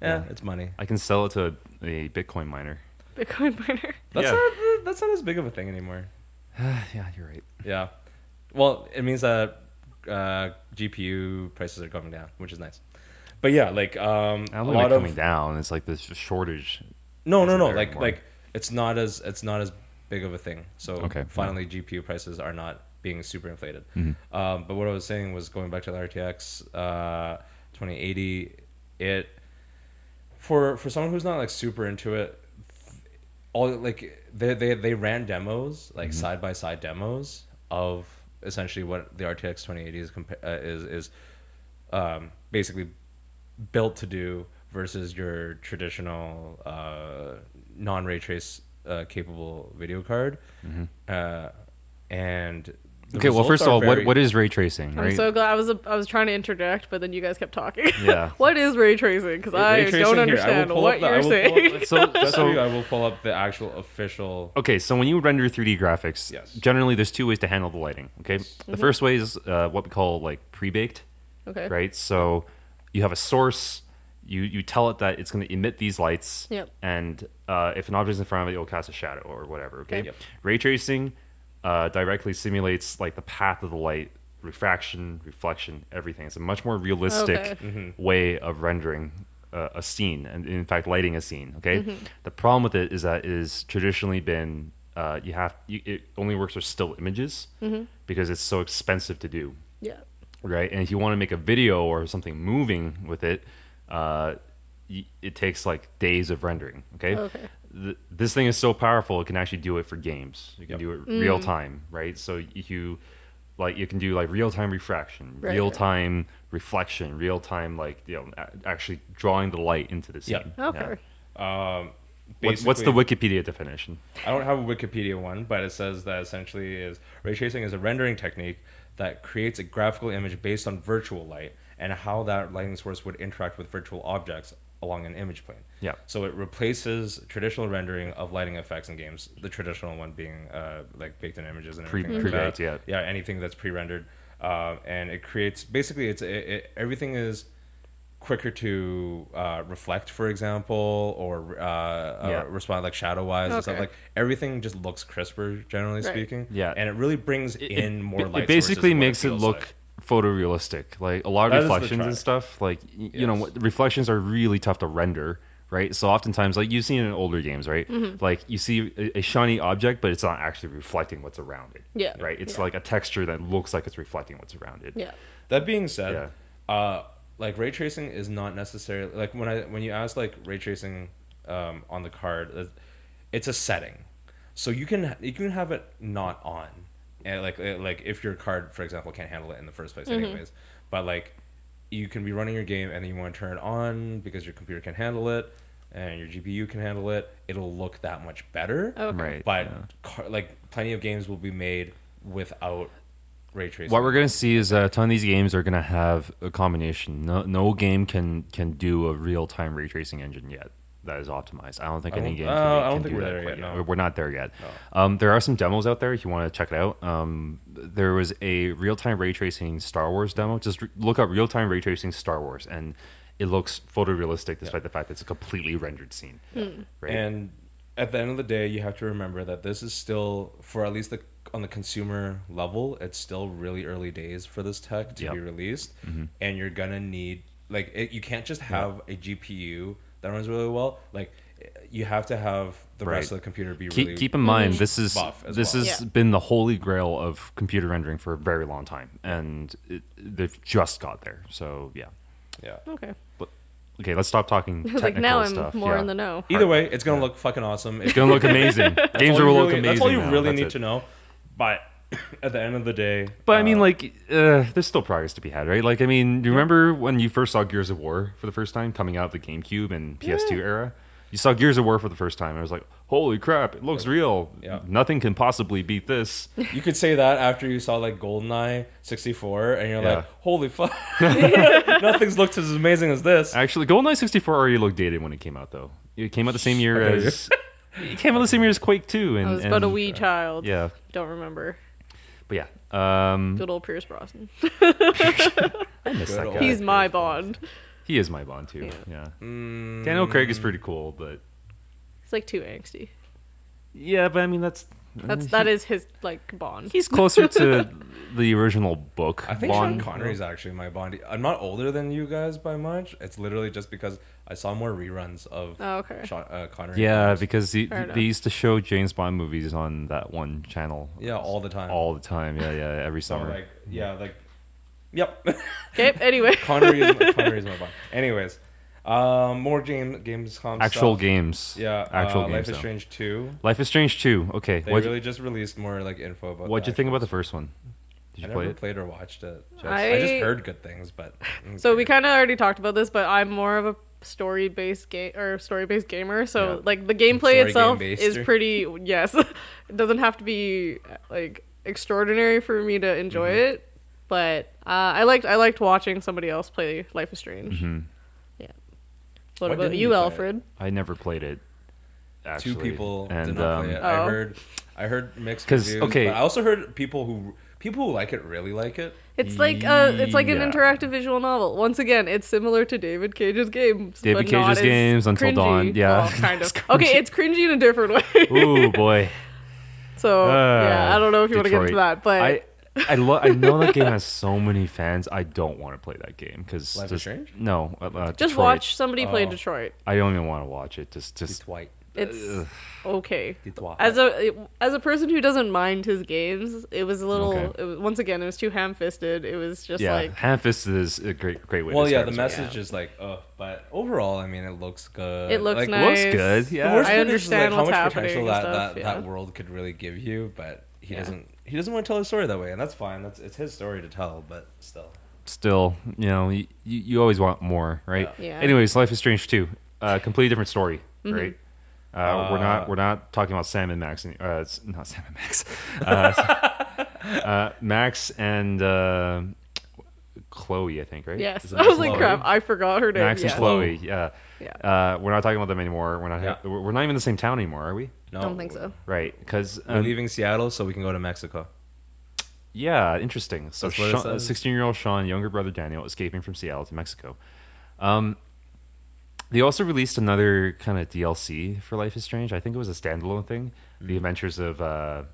Speaker 2: Yeah.
Speaker 1: it's money
Speaker 2: I can sell it to a, a
Speaker 1: *sighs*
Speaker 2: Bitcoin miner. *sighs*
Speaker 3: Bitcoin miner.
Speaker 1: That's
Speaker 2: Yeah.
Speaker 1: not uh, that's not as big of a thing anymore.
Speaker 2: yeah, you're right.
Speaker 1: Yeah. Well, it means that uh, GPU prices are coming down, which is nice. But yeah, like um,
Speaker 2: I
Speaker 1: a
Speaker 2: don't think they're
Speaker 1: lot of
Speaker 2: coming down. It's like this shortage.
Speaker 1: no, no,
Speaker 2: Isn't
Speaker 1: no.
Speaker 2: there
Speaker 1: Like
Speaker 2: anymore?
Speaker 1: like it's not as it's not as big of a thing. So
Speaker 2: Okay.
Speaker 1: finally, GPU prices are not being super inflated. Um, but what I was saying was going back to the RTX uh, 2080. It for for someone who's not like super into it, all like they they they ran demos like side by side demos of essentially what the RTX 2080 is compa- uh, is is um, basically built to do versus your traditional uh, non ray trace uh, capable video card, uh, and The
Speaker 4: okay, well,
Speaker 1: results
Speaker 4: first of
Speaker 1: are
Speaker 4: all,
Speaker 1: very-
Speaker 4: what, what is ray tracing,
Speaker 3: I'm
Speaker 4: right?
Speaker 3: so glad I was I was trying to interject, but then you guys kept talking. *laughs*
Speaker 2: Yeah.
Speaker 3: what is ray tracing? Because
Speaker 1: Ray
Speaker 3: I
Speaker 1: tracing
Speaker 3: don't
Speaker 1: here. I will
Speaker 3: understand
Speaker 1: pull up
Speaker 3: what
Speaker 1: the- I
Speaker 3: you're
Speaker 1: will pull up
Speaker 3: saying.
Speaker 1: the-
Speaker 2: so,
Speaker 1: Just for you,
Speaker 2: so
Speaker 1: I will pull up the actual official.
Speaker 2: okay, so when you render 3D graphics,
Speaker 1: Yes.
Speaker 2: generally there's two ways to handle the lighting. Okay, the first way is uh, what we call like pre-baked,
Speaker 3: *laughs* Okay.
Speaker 2: right? So you have a source, you you tell it that it's going to emit these lights,
Speaker 3: Yep.
Speaker 2: and uh, if an object is in front of it, it will cast a shadow or whatever. Okay,
Speaker 3: Okay.
Speaker 1: Yep.
Speaker 2: ray tracing uh, directly simulates like the path of the light, refraction, reflection, everything. It's a much more realistic
Speaker 3: Okay.
Speaker 2: way of rendering uh, a scene, and in fact, lighting a scene. Okay,
Speaker 3: Mm-hmm.
Speaker 2: the problem with it is that it has traditionally been uh, you have you, it only works with still images
Speaker 3: Mm-hmm.
Speaker 2: because it's so expensive to do
Speaker 3: Yeah.
Speaker 2: right? And if you want to make a video or something moving with it, uh, y- it takes like days of rendering. Okay.
Speaker 3: Oh, Okay.
Speaker 2: Th- this thing is so powerful; it can actually do it for games. You can
Speaker 1: Yep.
Speaker 2: do it
Speaker 3: Mm.
Speaker 2: real time, right? So if you like, you can do like real time refraction,
Speaker 3: Right,
Speaker 2: real
Speaker 3: right.
Speaker 2: time reflection, real time like you know a- actually drawing the light into the scene.
Speaker 1: Yep.
Speaker 2: Yeah.
Speaker 3: Okay.
Speaker 1: Um,
Speaker 2: What, what's the
Speaker 1: basically-
Speaker 2: Wikipedia definition?
Speaker 1: I don't have a Wikipedia one, but it says that essentially is ray tracing is a rendering technique that creates a graphical image based on virtual light and how that lighting source would interact with virtual objects along an image plane.
Speaker 2: Yeah.
Speaker 1: So it replaces traditional rendering of lighting effects in games. The traditional one being uh, like baked in images and
Speaker 2: Pre-
Speaker 1: everything like
Speaker 2: pre-baked,
Speaker 1: that.
Speaker 2: yeah.
Speaker 1: Yeah, anything that's pre-rendered, um, and it creates basically it's it, it, everything is quicker to uh, reflect, for example, or uh, uh,
Speaker 2: Yeah.
Speaker 1: respond like shadow wise and stuff
Speaker 3: Okay.
Speaker 1: like everything just looks crisper generally
Speaker 3: Right.
Speaker 1: speaking
Speaker 2: Yeah.
Speaker 1: and it really brings in more
Speaker 2: it-
Speaker 1: light
Speaker 2: It basically
Speaker 1: sources than what
Speaker 2: makes it
Speaker 1: feels
Speaker 2: look
Speaker 1: like.
Speaker 2: photorealistic. Like a lot of
Speaker 1: That is the
Speaker 2: reflections
Speaker 1: try.
Speaker 2: and stuff. Like y- you know,
Speaker 1: Yes.
Speaker 2: what- reflections are really tough to render, right? So oftentimes, like you've seen in older games, right?
Speaker 3: Mm-hmm.
Speaker 2: Like you see a, a shiny object, but it's not actually reflecting what's around it.
Speaker 3: Yeah.
Speaker 2: Right. It's
Speaker 3: Yeah.
Speaker 2: like a texture that looks like it's reflecting what's around it.
Speaker 3: Yeah.
Speaker 1: that being said uh like ray tracing is not necessarily like when i when you ask like ray tracing um on the card it- it's a setting so you can you can have it not on and like uh, like if your card for example can't handle it in the first place anyways but like you can be running your game and then you want to turn it on because your computer can handle it and your GPU can handle it it'll look that much better
Speaker 3: Okay.
Speaker 2: Right.
Speaker 1: but car, like plenty of games will be made without ray tracing.
Speaker 2: What we're gonna see is that a ton of these games are gonna have a combination. No, no game can can do a real time ray tracing engine yet that is optimized. I don't think
Speaker 1: I
Speaker 2: any
Speaker 1: don't-
Speaker 2: game.
Speaker 1: uh,
Speaker 2: Can,
Speaker 1: I
Speaker 2: can
Speaker 1: don't
Speaker 2: do
Speaker 1: think we're
Speaker 2: that
Speaker 1: there
Speaker 2: quite
Speaker 1: yet, no.
Speaker 2: We're- We're not there yet. Um, there are some demos out there if you want to check it out. Um, there was a real time ray tracing Star Wars demo. Just re- look up real time ray tracing Star Wars, and it looks photorealistic despite the fact that it's a completely rendered scene. Right.
Speaker 1: and at the end of the day, you have to remember that this is still for at least the on the consumer level, it's still really early days for this tech to
Speaker 2: Yep. Mm-hmm.
Speaker 1: be released, and you're gonna need like it, you can't just have a GPU that runs really well. Like you have to have the rest
Speaker 2: Right.
Speaker 1: of the computer be
Speaker 2: keep,
Speaker 1: really
Speaker 2: keep in mind this is
Speaker 1: buff as
Speaker 2: this
Speaker 1: well.
Speaker 2: has
Speaker 3: Yeah.
Speaker 2: been the holy grail of computer rendering for a very long time and it, they've just got there so yeah
Speaker 1: yeah.
Speaker 3: Okay.
Speaker 2: but, okay let's stop talking
Speaker 3: Because
Speaker 2: technical
Speaker 3: *laughs* like now I'm
Speaker 2: stuff
Speaker 3: more
Speaker 2: yeah.
Speaker 3: in the know.
Speaker 1: Either way, it's gonna look fucking awesome. It's
Speaker 2: it's gonna look
Speaker 3: *laughs*
Speaker 2: amazing games
Speaker 1: all
Speaker 2: are
Speaker 1: you
Speaker 2: look
Speaker 1: really-
Speaker 2: amazing
Speaker 1: That's all you
Speaker 2: now.
Speaker 1: really
Speaker 2: That's
Speaker 1: need
Speaker 2: it.
Speaker 1: to know. But *clears throat* at the end of the day,
Speaker 2: but I mean,
Speaker 1: uh,
Speaker 2: like, uh, there's still progress to be had, right? Like, I mean, do you remember when you first saw Gears of War for the first time, coming out of the GameCube and PS2 era? You saw Gears of War for the first time, and I was like, "Holy crap! It looks real.
Speaker 1: Yeah.
Speaker 2: Nothing can possibly beat this."
Speaker 1: You could say that after you saw like GoldenEye 64, and you're like,
Speaker 2: Yeah.
Speaker 1: holy
Speaker 2: *laughs*
Speaker 1: fuck, *laughs* nothing's looked as amazing as this.
Speaker 2: Actually, GoldenEye 64 already looked dated when it came out, though. It came out the same year
Speaker 1: Okay.
Speaker 2: as it came out the same year as Quake 2. And,
Speaker 3: I was
Speaker 2: and,
Speaker 3: but Oh, a wee child.
Speaker 2: Yeah,
Speaker 3: Don't remember.
Speaker 2: but yeah, um,
Speaker 3: Good old Pierce Brosnan.
Speaker 2: I miss that
Speaker 1: old-
Speaker 2: guy.
Speaker 1: Yeah,
Speaker 3: He's my Bond.
Speaker 2: He is my Bond too. Yeah,
Speaker 1: Mm.
Speaker 2: Daniel Craig is pretty cool, but
Speaker 3: He's like too angsty.
Speaker 2: yeah, but I mean that's
Speaker 3: That's that is his like Bond.
Speaker 2: he's closer to *laughs* the original book.
Speaker 1: I think
Speaker 2: Bond.
Speaker 1: Sean Connery's actually my Bond. I'm not older than you guys by much. It's literally just because I saw more reruns of
Speaker 3: Oh, okay.
Speaker 1: Sean uh, Connery.
Speaker 2: Yeah, because he,
Speaker 3: Fair enough.
Speaker 2: they used to show James Bond movies on that one channel.
Speaker 1: Yeah, all the time.
Speaker 2: all the time. Yeah, yeah, every
Speaker 1: So,
Speaker 2: summer.
Speaker 1: like, yeah, like, yep. *laughs*
Speaker 3: Okay. Anyway.
Speaker 1: Connery is my, Connery is my Bond. Anyways, um, more game Gamescom
Speaker 2: actual
Speaker 1: stuff.
Speaker 2: games.
Speaker 1: Yeah,
Speaker 2: actual
Speaker 1: uh,
Speaker 2: games.
Speaker 1: Life is
Speaker 2: though.
Speaker 1: Strange 2.
Speaker 2: Life is Strange 2. Okay,
Speaker 1: They
Speaker 2: what
Speaker 1: really just released more like info about.
Speaker 2: What'd
Speaker 1: the
Speaker 2: you think
Speaker 1: actual-
Speaker 2: about the first one? Did
Speaker 1: I
Speaker 2: you
Speaker 1: never
Speaker 2: play it?
Speaker 1: played or watched it.
Speaker 3: I-
Speaker 1: I, just heard good things, but mm,
Speaker 3: So we kind of already talked about this, but I'm more of a story-based game or story-based gamer. So
Speaker 2: Yeah.
Speaker 3: like the gameplay
Speaker 1: Story
Speaker 3: itself *laughs*
Speaker 1: game-based.
Speaker 3: is pretty yes. it doesn't have to be like extraordinary for me to enjoy
Speaker 2: Mm-hmm.
Speaker 3: it, but uh, I liked I liked watching somebody else play Life is Strange.
Speaker 2: Mm-hmm.
Speaker 3: Yeah. What
Speaker 1: Why
Speaker 3: about
Speaker 1: didn't you
Speaker 3: you,
Speaker 1: play it?
Speaker 3: Alfred?
Speaker 2: I never played it. Actually.
Speaker 1: Two people
Speaker 2: and
Speaker 1: did not
Speaker 2: um,
Speaker 1: play it. I
Speaker 3: Oh.
Speaker 1: heard, I heard mixed
Speaker 2: 'Cause,
Speaker 1: reviews.
Speaker 2: okay.
Speaker 1: but I also heard people who people who like it really like it.
Speaker 3: It's like a, it's like an
Speaker 2: Yeah.
Speaker 3: interactive visual novel. Once again, it's similar to David Cage's games.
Speaker 2: David
Speaker 3: but not
Speaker 2: Cage's
Speaker 3: as
Speaker 2: games, Until
Speaker 3: cringy.
Speaker 2: Dawn, yeah.
Speaker 3: Well, kind of.
Speaker 2: *laughs* It's cringy.
Speaker 3: okay, it's cringy in a different *laughs* way.
Speaker 2: *laughs* Ooh boy.
Speaker 3: so *laughs*
Speaker 1: Uh,
Speaker 3: yeah, I don't know if you want to get into
Speaker 2: Detroit.
Speaker 3: that, but
Speaker 2: I I, lo- I know that
Speaker 3: *laughs*
Speaker 2: game has so many fans. I don't want to play that game because
Speaker 1: Life is Strange?
Speaker 2: No, uh, uh,
Speaker 3: just
Speaker 2: Detroit.
Speaker 3: watch somebody play
Speaker 1: Oh.
Speaker 3: Detroit.
Speaker 2: I don't even want to watch it. Just just
Speaker 1: It's white.
Speaker 3: It's okay.
Speaker 1: Detroit.
Speaker 3: As a as a person who doesn't mind his games, it was a little.
Speaker 2: Okay.
Speaker 3: It was, once again, it was too ham fisted. It was just
Speaker 2: yeah.
Speaker 3: like
Speaker 2: Hand fisted is a great great way.
Speaker 1: Well,
Speaker 2: to
Speaker 1: yeah,
Speaker 2: start
Speaker 1: the
Speaker 2: as
Speaker 1: message is like, uh, but overall, I mean, it looks good.
Speaker 3: Uh, it looks
Speaker 1: like,
Speaker 2: well.
Speaker 3: nice.
Speaker 2: Looks good. Yeah.
Speaker 1: The worst
Speaker 3: I
Speaker 1: part is,
Speaker 3: understand
Speaker 1: like,
Speaker 3: what's
Speaker 1: how much
Speaker 3: happening
Speaker 1: potential
Speaker 3: and
Speaker 1: that
Speaker 3: stuff,
Speaker 1: that,
Speaker 3: yeah.
Speaker 1: that world could really give you, but he
Speaker 3: Yeah.
Speaker 1: doesn't. He doesn't want to tell his story that way, and that's fine. That's it's his story to tell, but still.
Speaker 2: still, you know, you, you you always want more, right?
Speaker 3: Yeah. Mm-hmm. Yeah.
Speaker 2: Anyways, Life is Strange 2, uh, completely different story, right? Uh, we're
Speaker 1: Uh,
Speaker 2: not we're not talking about Sam and Max. any- Uh, it's not Sam and
Speaker 3: *laughs*
Speaker 2: Max. Uh, uh, Max and uh, Chloe, I think, right?
Speaker 3: yes,
Speaker 1: Is it
Speaker 3: *laughs* I was
Speaker 1: Chloe?
Speaker 3: like, crap, I forgot her name.
Speaker 2: Max
Speaker 3: yeah.
Speaker 2: and Chloe. Yeah.
Speaker 3: Yeah.
Speaker 2: Uh, we're not talking about them anymore. We're not.
Speaker 1: Yeah.
Speaker 2: We're we're not even in the same town anymore, are we?
Speaker 1: No,
Speaker 3: I don't think so.
Speaker 2: Right. um, Because
Speaker 1: We're leaving Seattle so we can go to Mexico.
Speaker 2: Yeah, interesting. So
Speaker 1: That's what it
Speaker 2: Sean-
Speaker 1: says.
Speaker 2: 16-year-old Sean, younger brother Daniel, escaping from Seattle to Mexico. Um, they also released another kind of DLC for Life is Strange. I think it was a standalone thing,
Speaker 1: Mm.
Speaker 2: The Adventures of uh,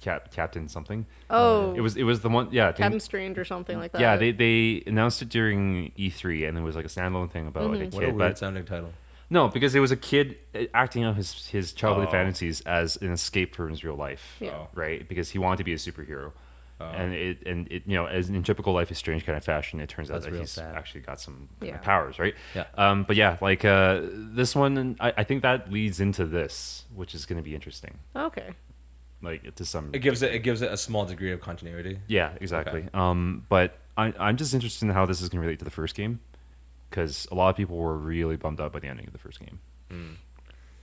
Speaker 2: Cap- Captain something.
Speaker 3: Oh,
Speaker 2: It was it was the one. Yeah, I think-
Speaker 3: Captain Strange or something like that.
Speaker 2: yeah. They they announced it during E3, and it was like a standalone thing about like a
Speaker 3: Mm-hmm.
Speaker 1: What a
Speaker 2: kid.
Speaker 1: weird
Speaker 2: But
Speaker 1: sounding title.
Speaker 2: no, because it was a kid uh, acting out his his childhood
Speaker 1: Oh.
Speaker 2: fantasies as an escape from his real life
Speaker 3: Yeah.
Speaker 1: Oh.
Speaker 2: right? Because he wanted to be a superhero, and it and it you know as in typical Life is Strange kind of fashion, it turns out
Speaker 1: That's
Speaker 2: that
Speaker 1: real
Speaker 2: he's
Speaker 1: sad.
Speaker 2: actually got some kind
Speaker 3: Yeah.
Speaker 2: of powers, right?
Speaker 1: Yeah.
Speaker 2: Um, but yeah, like uh, this one, I, I think that leads into this, which is going to be interesting,
Speaker 3: Okay.
Speaker 2: like to some.
Speaker 1: It gives it it gives it a small degree of continuity.
Speaker 2: Yeah, exactly. Um, but I, I'm just interested in how this is going to relate to the first game, because a lot of people were really bummed out by the ending of the first game.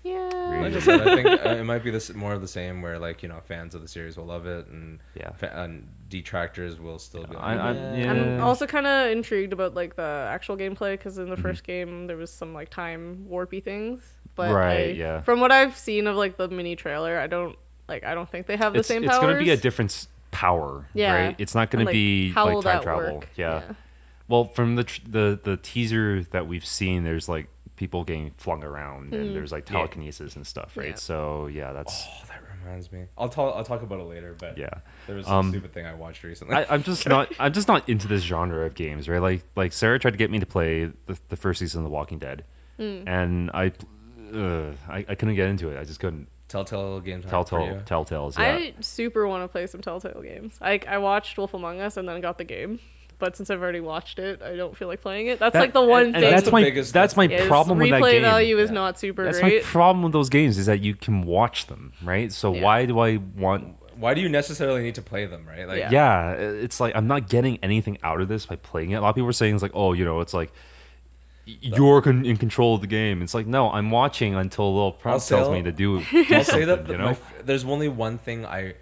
Speaker 3: Yeah.
Speaker 1: Like I said, I think uh, it might be this more of the same, where like you know fans of the series will love it, and
Speaker 2: Yeah.
Speaker 1: fa- and detractors will still be. Like,
Speaker 2: I, I, yeah. Mm-hmm.
Speaker 3: I'm also kind of intrigued about like the actual gameplay because in the first game there was some like time warpy things, but
Speaker 2: Right,
Speaker 3: I-
Speaker 2: yeah.
Speaker 3: From what I've seen of like the mini trailer, I don't like I don't think they have the
Speaker 2: it's,
Speaker 3: same
Speaker 2: it's
Speaker 3: powers.
Speaker 2: going to be a different s- power,
Speaker 3: Yeah.
Speaker 2: right? It's not going
Speaker 3: And,
Speaker 2: to
Speaker 3: like,
Speaker 2: be
Speaker 3: how
Speaker 2: like
Speaker 3: will
Speaker 2: time
Speaker 3: that
Speaker 2: travel.
Speaker 3: work?
Speaker 2: Yeah.
Speaker 3: Yeah.
Speaker 2: Well, from the, tr- the the teaser that we've seen, there's like people getting flung around, and there's like
Speaker 1: Yeah.
Speaker 2: telekinesis and stuff, right?
Speaker 3: Hmm. Yeah.
Speaker 2: So yeah, that's
Speaker 1: Oh, that reminds me. I'll tell. I'll talk about it later. But
Speaker 2: Yeah. Um,
Speaker 1: there was some stupid thing I watched recently.
Speaker 2: I, I'm just not
Speaker 1: *laughs*
Speaker 2: I'm just not into this genre of games, right? Like like Sarah tried to get me to play the, the first season of The Walking Dead,
Speaker 3: Hmm.
Speaker 2: and I, uh, I I couldn't get into it. I just couldn't.
Speaker 1: Telltale games. aren't for
Speaker 2: Telltale
Speaker 1: you.
Speaker 2: Telltales. Yeah.
Speaker 3: I super want to play some Telltale games. I I watched Wolf Among Us and then got the game, but since I've already watched it, I don't feel like playing it. That's
Speaker 2: That-
Speaker 3: like the one
Speaker 2: and,
Speaker 3: thing.
Speaker 2: And that's
Speaker 1: the
Speaker 2: my
Speaker 1: biggest-
Speaker 2: that's my
Speaker 3: is
Speaker 2: problem with
Speaker 3: replay
Speaker 2: that game.
Speaker 3: value is not super
Speaker 2: That's
Speaker 3: great.
Speaker 2: my problem with those games is that you can watch them, right? So
Speaker 3: Yeah.
Speaker 2: why do I want?
Speaker 1: Why do you necessarily need to play them? Right? Like
Speaker 3: Yeah.
Speaker 2: Yeah, it's like I'm not getting anything out of this by playing it. A lot of people are saying it's like, oh, you know, it's like y- you're con- in control of the game. It's like no, I'm watching until a little prompt tells
Speaker 1: say-
Speaker 2: me to do. do
Speaker 1: *laughs* I'll say that
Speaker 2: something,
Speaker 1: my *laughs*
Speaker 2: you know.
Speaker 1: f- there's only one thing I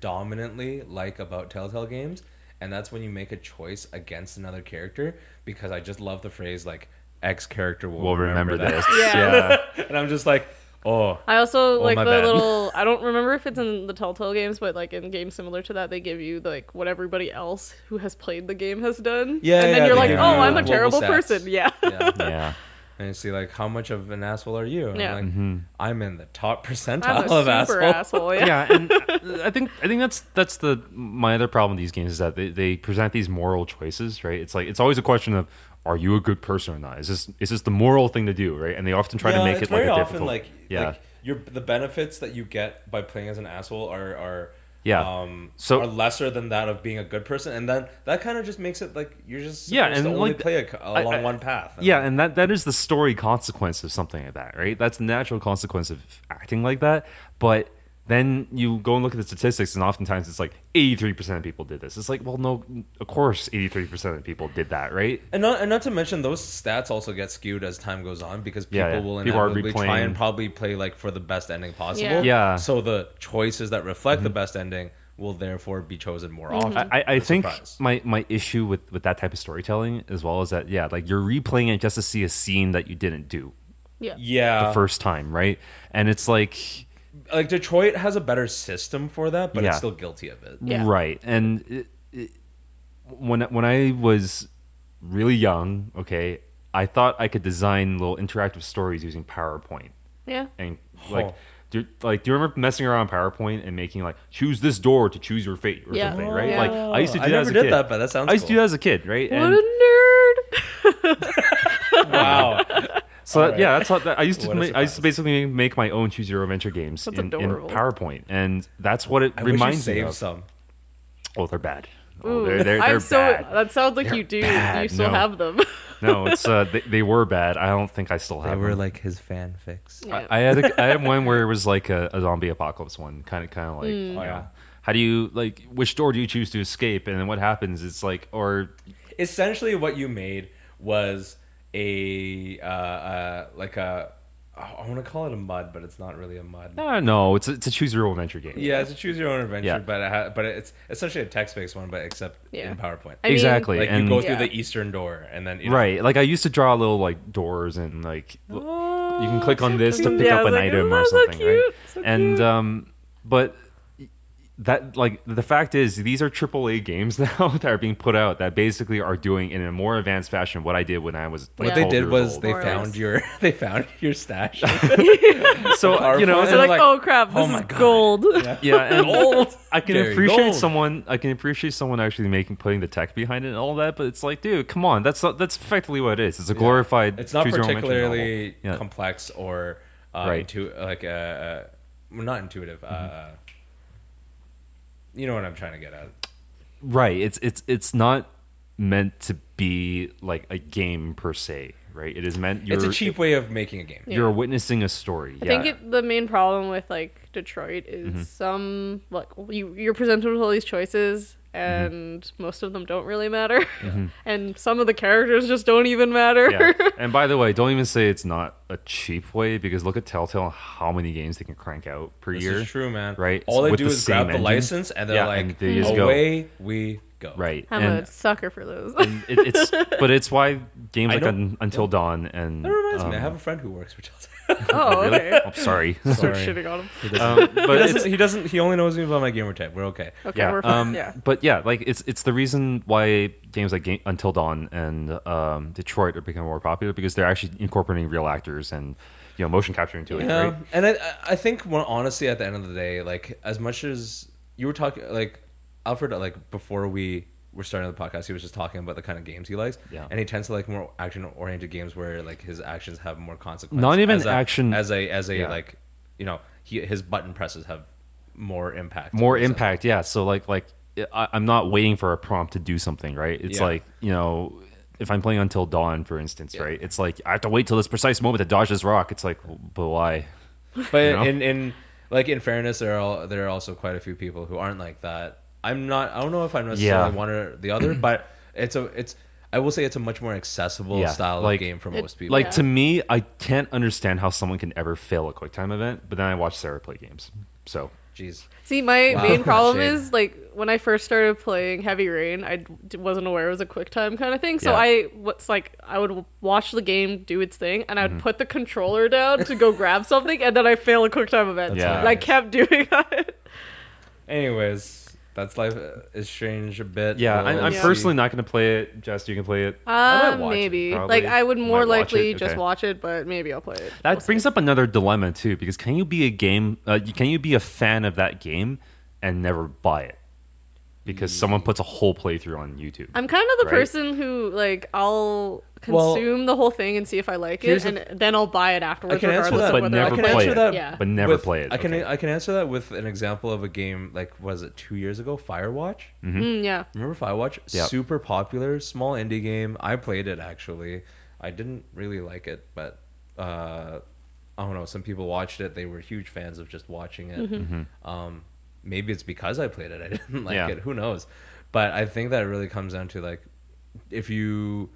Speaker 1: predominantly like about Telltale games, and that's when you make a choice against another character because I just love the phrase like X character will,
Speaker 2: We'll
Speaker 1: remember,
Speaker 2: remember, this.
Speaker 1: that.
Speaker 3: Yeah.
Speaker 1: *laughs* and I'm just like, oh,
Speaker 3: I also like
Speaker 1: my
Speaker 3: the
Speaker 1: bad.
Speaker 3: little. I don't remember if it's in the Telltale games, but like in games similar to that, they give you like what everybody else who has played the game has done.
Speaker 1: Yeah,
Speaker 3: and then
Speaker 1: yeah,
Speaker 3: you're
Speaker 1: they
Speaker 3: like,
Speaker 2: give
Speaker 3: oh,
Speaker 2: you
Speaker 3: I'm a
Speaker 1: global
Speaker 3: terrible
Speaker 1: stats.
Speaker 3: person. *laughs* Yeah.
Speaker 1: yeah.
Speaker 2: yeah. yeah.
Speaker 1: and you see like how much of an asshole are you? And
Speaker 3: Yeah.
Speaker 1: I'm like, I'm in the top percentile
Speaker 3: I'm a
Speaker 1: of
Speaker 3: super asshole.
Speaker 1: assholes.
Speaker 3: Yeah.
Speaker 2: yeah, and uh, I think I think that's that's the my other problem with these games is that they, they present these moral choices, right? It's like it's always a question of are you a good person or not? Is this is this the moral thing to do, right? And they often try to make
Speaker 1: it's
Speaker 2: it like a
Speaker 1: very
Speaker 2: difficult,
Speaker 1: often like
Speaker 2: yeah,
Speaker 1: like your the benefits that you get by playing as an asshole are are
Speaker 2: Yeah.
Speaker 1: um
Speaker 2: So-
Speaker 1: are lesser than that of being a good person and then that kind of just makes it like you're just
Speaker 2: Yeah,
Speaker 1: yeah and
Speaker 2: and,
Speaker 1: only
Speaker 2: like,
Speaker 1: play a,
Speaker 2: I-
Speaker 1: along
Speaker 2: I-
Speaker 1: one path
Speaker 2: yeah, and that that is the story consequence of something like that, right? That's the natural consequence of acting like that, but. Then you go and look at the statistics, and oftentimes it's like eighty-three percent of people did this. It's like, well, no, of course, eighty-three percent of people did that, right?
Speaker 1: and not, and not to mention those stats also get skewed as time goes on because people
Speaker 2: Yeah, yeah.
Speaker 1: will
Speaker 2: People are
Speaker 1: inevitably try
Speaker 2: replaying-
Speaker 1: and probably play like for the best ending possible.
Speaker 3: Yeah.
Speaker 2: Yeah. Mm-hmm.
Speaker 1: So the choices that reflect the best ending will therefore be chosen more often.
Speaker 2: I, I think
Speaker 1: surprise.
Speaker 2: my, my issue with, with that type of storytelling as well is that yeah, like you're replaying it just to see a scene that you didn't do
Speaker 3: Yeah.
Speaker 1: Yeah,
Speaker 2: the first time, right? And it's like
Speaker 1: like Detroit has a better system for that, but
Speaker 2: Yeah.
Speaker 1: it's still guilty of it.
Speaker 3: Yeah.
Speaker 2: Right. And it, it- when when I was really young, okay, I thought I could design little interactive stories using PowerPoint.
Speaker 3: Yeah.
Speaker 2: And like
Speaker 1: Huh.
Speaker 2: do, like do you remember messing around PowerPoint and making like choose this door to choose your fate or
Speaker 3: Yeah.
Speaker 2: something, right?
Speaker 3: Yeah.
Speaker 2: Like I used to do
Speaker 1: Oh, I
Speaker 2: that
Speaker 1: never
Speaker 2: as a
Speaker 1: did
Speaker 2: kid.
Speaker 1: that, but that sounds
Speaker 2: I used to do
Speaker 1: cool.
Speaker 2: that as a kid, right?
Speaker 3: What
Speaker 2: And
Speaker 3: a nerd.
Speaker 1: Wow.
Speaker 2: so that-
Speaker 1: Alright.
Speaker 2: yeah, that's how that, I used to.
Speaker 1: What a
Speaker 2: Ma- I used
Speaker 1: surprise.
Speaker 2: to basically make my own choose your own adventure games
Speaker 3: That's
Speaker 2: in, in
Speaker 3: adorable.
Speaker 2: PowerPoint, and that's what it
Speaker 1: I
Speaker 2: reminds
Speaker 1: wish you saved
Speaker 2: me of.
Speaker 1: some.
Speaker 2: Oh, they're bad. Oh,
Speaker 3: Ooh,
Speaker 2: they're they're,
Speaker 3: I'm
Speaker 2: they're
Speaker 3: so,
Speaker 2: bad.
Speaker 3: That sounds like you do.
Speaker 2: bad,
Speaker 3: You still
Speaker 2: no.
Speaker 3: have them. *laughs*
Speaker 2: no, it's uh, they, they were bad. I don't think I still
Speaker 1: They
Speaker 2: have.
Speaker 1: were
Speaker 2: them.
Speaker 1: like his fanfics.
Speaker 3: Yeah.
Speaker 2: I had a, I had one where it was like a, a zombie apocalypse one, kind of kind of
Speaker 3: Hmm.
Speaker 2: like
Speaker 1: Oh, yeah.
Speaker 2: How do you like? Which door do you choose to escape? And then what happens? It's like or
Speaker 1: essentially what you made was a uh, uh like a I want to call it a mud, but it's not really a mud.
Speaker 2: no, no, it's a, it's a choose your own adventure game.
Speaker 1: Yeah, it's a choose your own adventure,
Speaker 2: Yeah.
Speaker 1: but it ha- but it's essentially a text based one, but except
Speaker 3: Yeah.
Speaker 1: in PowerPoint.
Speaker 3: I mean-
Speaker 2: exactly.
Speaker 1: like
Speaker 2: and
Speaker 1: you go through
Speaker 3: Yeah.
Speaker 1: the eastern door, and then you know,
Speaker 2: right, like I used to draw little like doors and like you can click on this to
Speaker 3: Oh, cute.
Speaker 2: pick
Speaker 3: Yeah, I
Speaker 2: up
Speaker 3: was
Speaker 2: an
Speaker 3: like,
Speaker 2: item
Speaker 3: isn't
Speaker 2: or
Speaker 3: that so
Speaker 2: something, right?
Speaker 3: cute? So
Speaker 2: and
Speaker 3: cute.
Speaker 2: um, but that like the fact is these are AAA games *laughs* now that are being put out that basically are doing in a more advanced fashion what I did when I was like
Speaker 3: What
Speaker 1: What they
Speaker 2: 12
Speaker 1: did
Speaker 2: years
Speaker 1: was
Speaker 2: old.
Speaker 1: they
Speaker 3: More or
Speaker 1: found
Speaker 3: less.
Speaker 1: your *laughs* they found your
Speaker 3: *laughs*
Speaker 1: stash. *laughs*
Speaker 2: so you know
Speaker 1: PowerPoint.
Speaker 3: They're like,
Speaker 1: like,
Speaker 3: oh crap, this
Speaker 1: oh
Speaker 3: is
Speaker 1: my God."
Speaker 3: gold.
Speaker 2: yeah and
Speaker 1: Gold.
Speaker 2: I can
Speaker 1: Gary,
Speaker 2: appreciate
Speaker 1: gold.
Speaker 2: someone I can appreciate someone actually making putting the tech behind it and all that but it's like dude come on that's not, that's effectively what it is it's a glorified
Speaker 1: It's not
Speaker 2: choose your own adventure novel.
Speaker 1: particularly
Speaker 2: Yeah.
Speaker 1: complex or uh,
Speaker 2: Right. Mm-hmm.
Speaker 1: intu- like uh, uh, well, not intuitive. Uh, you know what I'm trying to get at.
Speaker 2: right it's it's it's not meant to be like a game per se right it is meant you're,
Speaker 1: it's a cheap way of making a game.
Speaker 2: you're witnessing a story
Speaker 3: I
Speaker 2: yeah Mm-hmm.
Speaker 3: think it, the main problem with like Detroit is some like you you're presented with all these choices
Speaker 2: Mm-hmm.
Speaker 3: and most of them don't really matter, *laughs* and some of the characters just don't even matter.
Speaker 2: yeah. and by the way don't even say it's not a cheap way because look at telltale how many games they can crank out per
Speaker 1: This
Speaker 2: year
Speaker 1: is true, man.
Speaker 2: right?
Speaker 1: All they
Speaker 2: With
Speaker 1: do
Speaker 2: the
Speaker 1: is grab
Speaker 2: same
Speaker 1: the
Speaker 2: engine.
Speaker 1: license and they're
Speaker 2: Yeah,
Speaker 1: like,
Speaker 2: and they just go.
Speaker 1: away we go.
Speaker 2: right
Speaker 3: *laughs* I'm
Speaker 2: and Oh,
Speaker 3: a sucker for
Speaker 2: *laughs*
Speaker 3: those.
Speaker 2: it, it's but it's why games
Speaker 1: I
Speaker 2: like
Speaker 1: don't-
Speaker 2: Un- Until Dawn and
Speaker 1: That reminds me. I
Speaker 2: um,
Speaker 1: have a friend who works for Telltale.
Speaker 3: *laughs* oh,
Speaker 2: really?
Speaker 3: okay.
Speaker 2: I'm *laughs* sorry.
Speaker 3: Start
Speaker 1: Sorry.
Speaker 3: shitting on 'em.
Speaker 2: um,
Speaker 1: *laughs* he
Speaker 2: but it's,
Speaker 1: doesn't. He doesn't. He only knows me by my gamer tag. We're okay.
Speaker 3: Okay,
Speaker 2: yeah,
Speaker 3: we're fine.
Speaker 2: um,
Speaker 3: yeah.
Speaker 2: but yeah, like it's it's the reason why games like Game, Until Dawn and um, Detroit are becoming more popular because they're actually incorporating real actors and you know motion capture into it.
Speaker 1: Yeah,
Speaker 2: Right?
Speaker 1: and I, I- I think well, honestly, at the end of the day, like as much as you were talking, like Alfred, like before we were starting the podcast, he was just talking about the kind of games he likes.
Speaker 2: Yeah.
Speaker 1: and he tends to like more action-oriented games where like his actions have more consequences.
Speaker 2: Not even
Speaker 1: as a-
Speaker 2: action-
Speaker 1: as a as a
Speaker 2: Yeah.
Speaker 1: like, you know, he, his button presses have more impact.
Speaker 2: More
Speaker 1: So-
Speaker 2: impact, yeah. So like like I, I'm not waiting for a prompt to do something, right? It's
Speaker 1: Yeah.
Speaker 2: like you know. If I'm playing Until Dawn, for instance, right? It's like I have to wait till this precise moment to dodge this rock. It's like, but why?
Speaker 1: But
Speaker 2: you know?
Speaker 1: in in like in fairness, there are all, there are also quite a few people who aren't like that. I'm not. I don't know if I'm necessarily
Speaker 2: Yeah.
Speaker 1: one or the
Speaker 2: *clears throat*
Speaker 1: other, but it's a it's. I will say it's a much more accessible
Speaker 2: Yeah,
Speaker 1: style
Speaker 2: like-
Speaker 1: of game for
Speaker 3: It-
Speaker 1: most people.
Speaker 2: Like
Speaker 3: Yeah.
Speaker 2: to me, I can't understand how someone can ever fail a QuickTime event. But then I watch Sarah play games, so
Speaker 1: jeez,
Speaker 3: See, my
Speaker 1: Wow.
Speaker 2: *laughs*
Speaker 3: main problem
Speaker 1: Shame.
Speaker 3: is like when I first started playing Heavy Rain, I d- wasn't aware it was a quick time kind of thing. So
Speaker 2: Yeah.
Speaker 3: I what's like I would w- watch the game do its thing, and
Speaker 2: Mm-hmm.
Speaker 3: I'd put the controller down to go
Speaker 2: *laughs*
Speaker 3: grab something, and then I fail a quick time event.
Speaker 2: That's
Speaker 3: Yeah.
Speaker 2: Yeah.
Speaker 3: And I kept doing *laughs* that.
Speaker 1: Anyways, that's life uh, is strange a bit.
Speaker 2: yeah,
Speaker 1: We'll
Speaker 2: I'm, I'm
Speaker 1: see.
Speaker 2: personally not going to play it. Jess, you can play it.
Speaker 1: might
Speaker 3: Uh,
Speaker 1: watch it,
Speaker 3: maybe
Speaker 2: probably.
Speaker 3: like I would
Speaker 2: You
Speaker 3: more
Speaker 2: might watch
Speaker 3: likely
Speaker 2: it,
Speaker 3: just
Speaker 2: okay.
Speaker 3: watch it, but maybe I'll play it.
Speaker 2: That
Speaker 3: We'll see.
Speaker 2: brings up another dilemma too, because can you be a game? Uh, you- can you be a fan of that game and never buy it because someone puts a whole playthrough on YouTube?
Speaker 3: I'm kind of the
Speaker 2: Right?
Speaker 3: person who like I'll
Speaker 1: Well,
Speaker 3: consume the whole thing and see if I like it,
Speaker 1: here's
Speaker 3: and
Speaker 1: the-
Speaker 3: then I'll buy it
Speaker 1: I
Speaker 3: afterwards,
Speaker 1: can answer
Speaker 3: regardless
Speaker 1: that,
Speaker 3: of
Speaker 2: But
Speaker 3: whether
Speaker 2: never
Speaker 3: I
Speaker 1: I can
Speaker 3: like
Speaker 2: play
Speaker 1: answer
Speaker 2: it.
Speaker 1: that,
Speaker 3: Yeah.
Speaker 2: But never
Speaker 1: with-
Speaker 2: play it,
Speaker 1: I can
Speaker 2: okay.
Speaker 1: I can answer that with an example of a game like was it two years ago, Firewatch.
Speaker 2: mm-hmm.
Speaker 3: it. Mm, yeah.
Speaker 1: Remember Firewatch?
Speaker 2: Yep.
Speaker 1: Super popular, small indie game. I played it actually. I didn't really like it, but uh, I don't know. Some people watched it. They were huge fans of just watching it.
Speaker 2: Mm-hmm.
Speaker 1: Um, maybe it's because I played it. I *laughs* didn't like
Speaker 2: Yeah.
Speaker 1: it. Who knows? But I think that it really comes down to like if you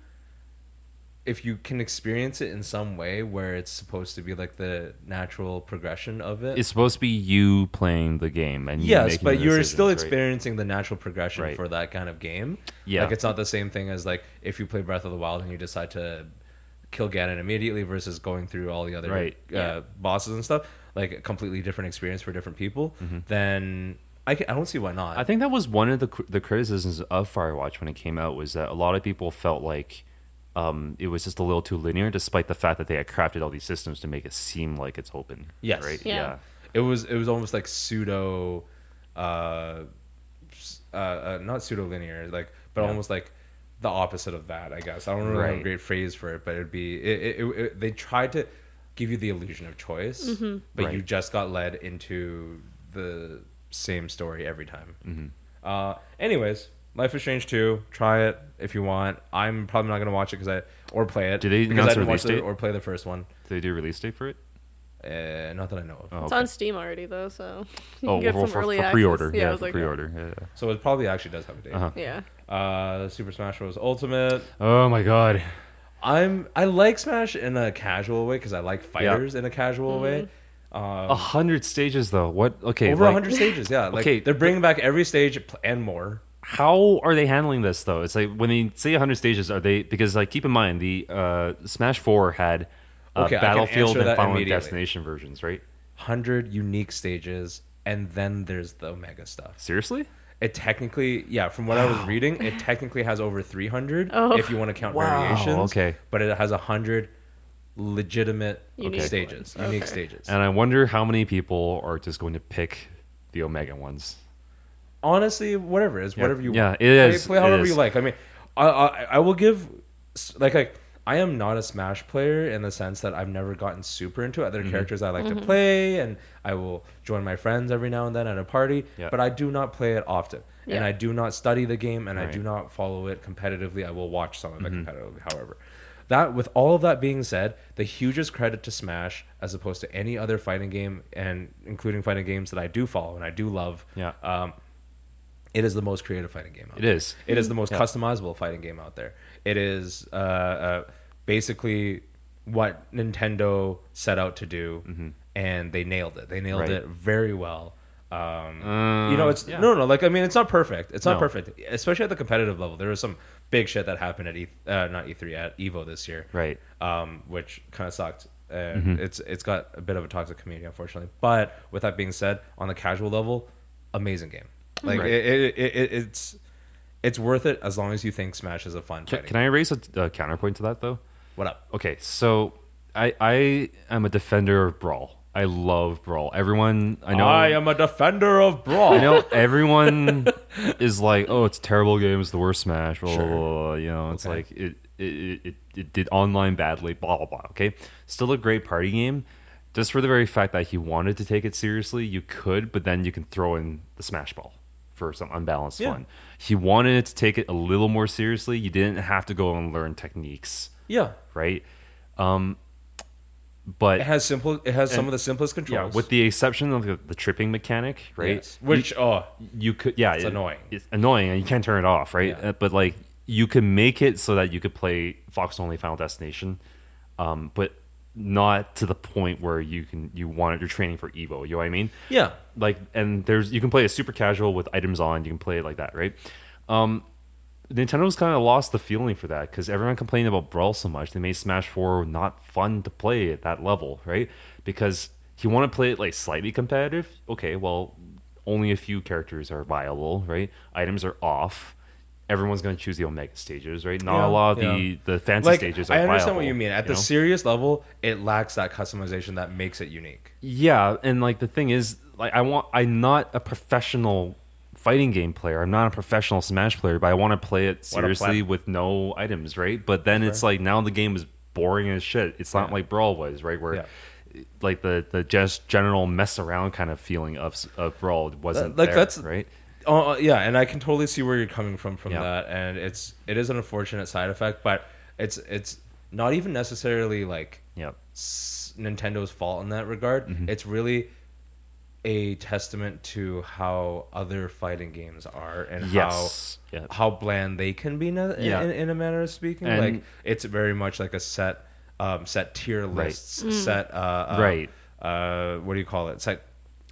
Speaker 1: if you can experience it in some way where it's supposed to be like the natural progression of it.
Speaker 2: It's supposed to be you playing the game and you
Speaker 1: yes,
Speaker 2: making
Speaker 1: but
Speaker 2: the
Speaker 1: you're
Speaker 2: decisions,
Speaker 1: still
Speaker 2: right?
Speaker 1: experiencing the natural progression
Speaker 2: Right.
Speaker 1: for that kind of game.
Speaker 2: Yeah.
Speaker 1: like it's not the same thing as like if you play Breath of the Wild and you decide to kill Ganon immediately versus going through all the other
Speaker 2: Right,
Speaker 1: uh,
Speaker 2: yeah.
Speaker 1: bosses and stuff. Like a completely different experience for different people. Then I, ca- I don't see why not.
Speaker 2: Mm-hmm. I think that was one of the cr- the criticisms of Firewatch when it came out was that a lot of people felt like um, it was just a little too linear, despite the fact that they had crafted all these systems to make it seem like it's open.
Speaker 1: Yes.
Speaker 2: Right.
Speaker 3: Yeah.
Speaker 1: It was it was almost like pseudo, uh, s- uh, uh not pseudo linear, like but
Speaker 2: Yeah.
Speaker 1: almost like the opposite of that. I guess I don't really have
Speaker 2: Right.
Speaker 1: a great phrase for it, but it'd be it, it, it, it- they tried to give you the illusion of choice, but you
Speaker 2: Right.
Speaker 1: just got led into the same story every time.
Speaker 2: Mm-hmm.
Speaker 1: Uh, anyways. Life is Strange 2. Try it if you want. I'm probably not gonna watch it because I or play it.
Speaker 2: Did they
Speaker 1: because
Speaker 2: announce
Speaker 1: I
Speaker 2: the
Speaker 1: didn't watch
Speaker 2: release
Speaker 1: the,
Speaker 2: date?
Speaker 1: or play the first one.
Speaker 2: Did they do a release date for it?
Speaker 1: Uh, not that I know of.
Speaker 2: Oh,
Speaker 3: It's on Steam already though, so *laughs* you
Speaker 2: oh,
Speaker 3: can get
Speaker 2: for,
Speaker 3: some
Speaker 2: for-
Speaker 3: early
Speaker 2: for
Speaker 3: access.
Speaker 2: pre-order.
Speaker 3: Yeah,
Speaker 2: Yeah,
Speaker 3: I was
Speaker 2: for
Speaker 3: like,
Speaker 2: pre-order. Yeah. yeah.
Speaker 1: So it probably actually does have a date.
Speaker 2: Uh-huh.
Speaker 3: Yeah,
Speaker 1: Uh, Super Smash Bros. Ultimate.
Speaker 2: Oh my god.
Speaker 1: I'm I like Smash in a casual way because I like fighters in a casual
Speaker 3: Mm-hmm.
Speaker 1: way.
Speaker 2: A hundred stages though. What? Okay.
Speaker 1: Um, Over a
Speaker 2: like,
Speaker 1: 100 stages, yeah. Like
Speaker 2: Okay,
Speaker 1: they're bringing back every stage pl- and more.
Speaker 2: How are they handling this though? It's like when they say hundred stages, are they? Because like keep in mind the uh, Smash Four had uh,
Speaker 1: Okay, I can
Speaker 2: Battlefield
Speaker 1: answer
Speaker 2: and
Speaker 1: that
Speaker 2: Final
Speaker 1: immediately.
Speaker 2: Destination versions, right?
Speaker 1: 100 unique stages, and then there's the Omega stuff.
Speaker 2: Seriously?
Speaker 1: It technically, yeah, from what I was reading, it technically has over 300
Speaker 3: Oh.
Speaker 1: if you want to count
Speaker 2: Wow,
Speaker 1: variations.
Speaker 2: okay.
Speaker 1: but it has 100 legitimate
Speaker 3: Unique
Speaker 1: stages,
Speaker 3: ones,
Speaker 1: unique
Speaker 3: okay.
Speaker 1: stages.
Speaker 2: And I wonder how many people are just going to pick the Omega ones.
Speaker 1: honestly, whatever. It's whatever you
Speaker 2: Yeah,
Speaker 1: want.
Speaker 2: it
Speaker 1: Play-
Speaker 2: is,
Speaker 1: Play,
Speaker 2: it
Speaker 1: however
Speaker 2: is.
Speaker 1: you like. I mean, I, I I will give s- like like I am not a Smash player in the sense that I've never gotten super into it. There are
Speaker 2: Mm-hmm.
Speaker 1: characters I like to play, and I will join my friends every now and then at a party.
Speaker 2: Yeah.
Speaker 1: But I do not play it often, and
Speaker 3: Yeah.
Speaker 1: I do not study the game, and I
Speaker 2: Right. Mm-hmm.
Speaker 1: do not follow it competitively. I will watch some of it competitively, however. That, with all of that being said, the hugest credit to Smash, as opposed to any other fighting game, and including fighting games that I do follow and I do love,
Speaker 2: Yeah.
Speaker 1: um, it is the most creative fighting game out
Speaker 2: It
Speaker 1: there.
Speaker 2: is.
Speaker 1: It is the most customizable fighting game out there. It is uh, uh, basically what Nintendo set out to do, and they nailed it. They nailed
Speaker 2: Mm-hmm. Right.
Speaker 1: it
Speaker 2: Uh,
Speaker 1: very well. Um, you know, it's no, no. Like I mean, it's not perfect. It's not
Speaker 2: No.
Speaker 1: perfect, especially at the competitive level. There was some big shit that happened at E, uh, not E three at Evo this year,
Speaker 2: Right.
Speaker 1: Um, which kind of sucked. And
Speaker 2: Mm-hmm.
Speaker 1: It's it's got a bit of a toxic community, unfortunately. But with that being said, on the casual level, amazing game. Like
Speaker 2: Right.
Speaker 1: it, it, it, it, it's it's worth it as long as you think Smash is a fun
Speaker 2: Can,
Speaker 1: fighting.
Speaker 2: can I raise a, a counterpoint to that though?
Speaker 1: what up?
Speaker 2: Okay, so I I am a defender of Brawl. I love Brawl. Everyone I know
Speaker 1: am a defender of brawl.
Speaker 2: I know everyone is like, oh, it's a terrible game. It's the worst Smash. Blah, blah,
Speaker 1: Sure.
Speaker 2: blah, blah," You know, it's
Speaker 1: Okay.
Speaker 2: like it it, it it did online badly. Blah blah blah. Okay, still a great party game. Just for the very fact that he wanted to take it seriously, you could, but then you can throw in the Smash Ball for some unbalanced
Speaker 1: Yeah.
Speaker 2: fun. He wanted to take it a little more seriously. You didn't have to go and learn techniques,
Speaker 1: Yeah,
Speaker 2: right? Um, but
Speaker 1: it has simple. It has some of the simplest controls.
Speaker 2: yeah, with the exception of the, the tripping mechanic, right?
Speaker 1: Yes. which oh
Speaker 2: you could yeah
Speaker 1: It's annoying.
Speaker 2: it's annoying and you can't turn it off right
Speaker 1: Yeah.
Speaker 2: Uh, but like you can make it so that you could play fox only final destination um but not to the point where you can you want it you're training for evo you know what i mean
Speaker 1: yeah,
Speaker 2: like and there's you can play it super casual with items on you can play it like that right um nintendo's kind of lost the feeling for that because everyone complained about brawl so much they made smash 4 not fun to play at that level right because if you want to play it like slightly competitive okay well only a few characters are viable right items are off everyone's going to choose the omega stages right not
Speaker 1: Yeah,
Speaker 2: a lot of
Speaker 1: yeah.
Speaker 2: the the fancy
Speaker 1: like
Speaker 2: stages are
Speaker 1: I understand what
Speaker 2: viable,
Speaker 1: you mean. At the
Speaker 2: know?
Speaker 1: serious level, it lacks that customization that makes it unique.
Speaker 2: Yeah, and like the thing is, like I want, I'm not a professional fighting game player. I'm not a professional Smash player, but I want to play it
Speaker 1: What a plat-
Speaker 2: seriously with no items, right? But then it's like now the game is boring as shit. It's not like Brawl was, right? Where like the the just general mess around kind of feeling of of Brawl wasn't
Speaker 1: like,
Speaker 2: there,
Speaker 1: that's-
Speaker 2: right.
Speaker 1: Oh uh, yeah, and I can totally see where you're coming from from
Speaker 2: Yeah.
Speaker 1: that, and it's it is an unfortunate side effect, but it's it's not even necessarily like
Speaker 2: Yeah, Mm-hmm.
Speaker 1: s- Nintendo's fault in that regard. It's really a testament to how other fighting games are and
Speaker 2: Yes.
Speaker 1: how
Speaker 2: Yeah.
Speaker 1: how bland they can be in a,
Speaker 2: Yeah.
Speaker 1: in, in a manner of speaking.
Speaker 2: And-
Speaker 1: like it's very much like a set um, set tier lists, set uh, uh,
Speaker 2: Right.
Speaker 1: Uh, what do you call it? Set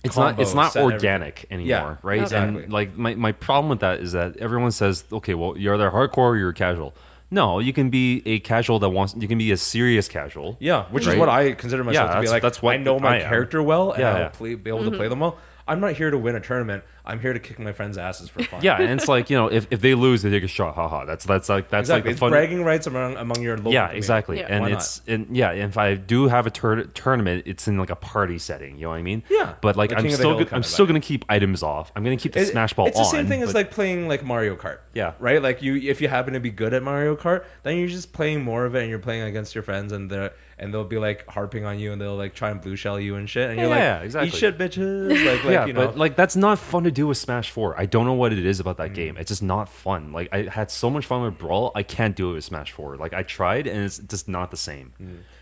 Speaker 2: It's not it's
Speaker 1: combos,
Speaker 2: not
Speaker 1: set everything.
Speaker 2: organic anymore,
Speaker 1: Yeah,
Speaker 2: right?
Speaker 1: exactly.
Speaker 2: And like my, my problem with that is that everyone says, okay, well, you're either hardcore or you're casual. No, you can be a casual that wants you can be a serious casual.
Speaker 1: Yeah, which
Speaker 2: Right?
Speaker 1: is what I consider myself
Speaker 2: Yeah,
Speaker 1: to be
Speaker 2: that's-
Speaker 1: like.
Speaker 2: that's what
Speaker 1: I know
Speaker 2: I
Speaker 1: my
Speaker 2: am.
Speaker 1: character well, and
Speaker 2: Yeah,
Speaker 1: I'll
Speaker 2: yeah.
Speaker 1: play, be able to play them well. I'm not here to win a tournament. I'm here to kick my friends' asses for fun.
Speaker 2: *laughs* Yeah, and it's like, you know, if, if they lose, they take a shot. Haha. That's that's like that's
Speaker 1: exactly.
Speaker 2: like
Speaker 1: it's
Speaker 2: the fun
Speaker 1: bragging rights among among your local.
Speaker 2: Yeah,
Speaker 1: community.
Speaker 2: exactly.
Speaker 3: Yeah.
Speaker 2: And
Speaker 1: Why not?
Speaker 2: it's and yeah, and if I do have a tur- tournament, it's in like a party setting. You know what I mean?
Speaker 1: Yeah.
Speaker 2: But like
Speaker 1: The
Speaker 2: I'm
Speaker 1: King of the
Speaker 2: still
Speaker 1: Hill
Speaker 2: go-
Speaker 1: kind
Speaker 2: I'm
Speaker 1: of
Speaker 2: still
Speaker 1: vibe.
Speaker 2: gonna keep items off. I'm gonna keep the
Speaker 1: It-
Speaker 2: smash ball
Speaker 1: It's
Speaker 2: on.
Speaker 1: the same thing as
Speaker 2: but-
Speaker 1: like playing like Mario Kart.
Speaker 2: Yeah.
Speaker 1: Right. Like you, if you happen to be good at Mario Kart, then you're just playing more of it, and you're playing against your friends, and they and they'll be like harping on you, and they'll like try and blue shell you and shit, and you're
Speaker 2: Yeah,
Speaker 1: like,
Speaker 2: exactly.
Speaker 1: eat shit, bitches.
Speaker 2: *laughs*
Speaker 1: Like, like
Speaker 2: yeah,
Speaker 1: you know, Mm.
Speaker 2: but like that's not fun to do with Smash Four. I don't know what it is about that game. It's just not fun. Like I had so much fun with Brawl, I can't do it with Smash Four. Like I tried, and it's just not the same.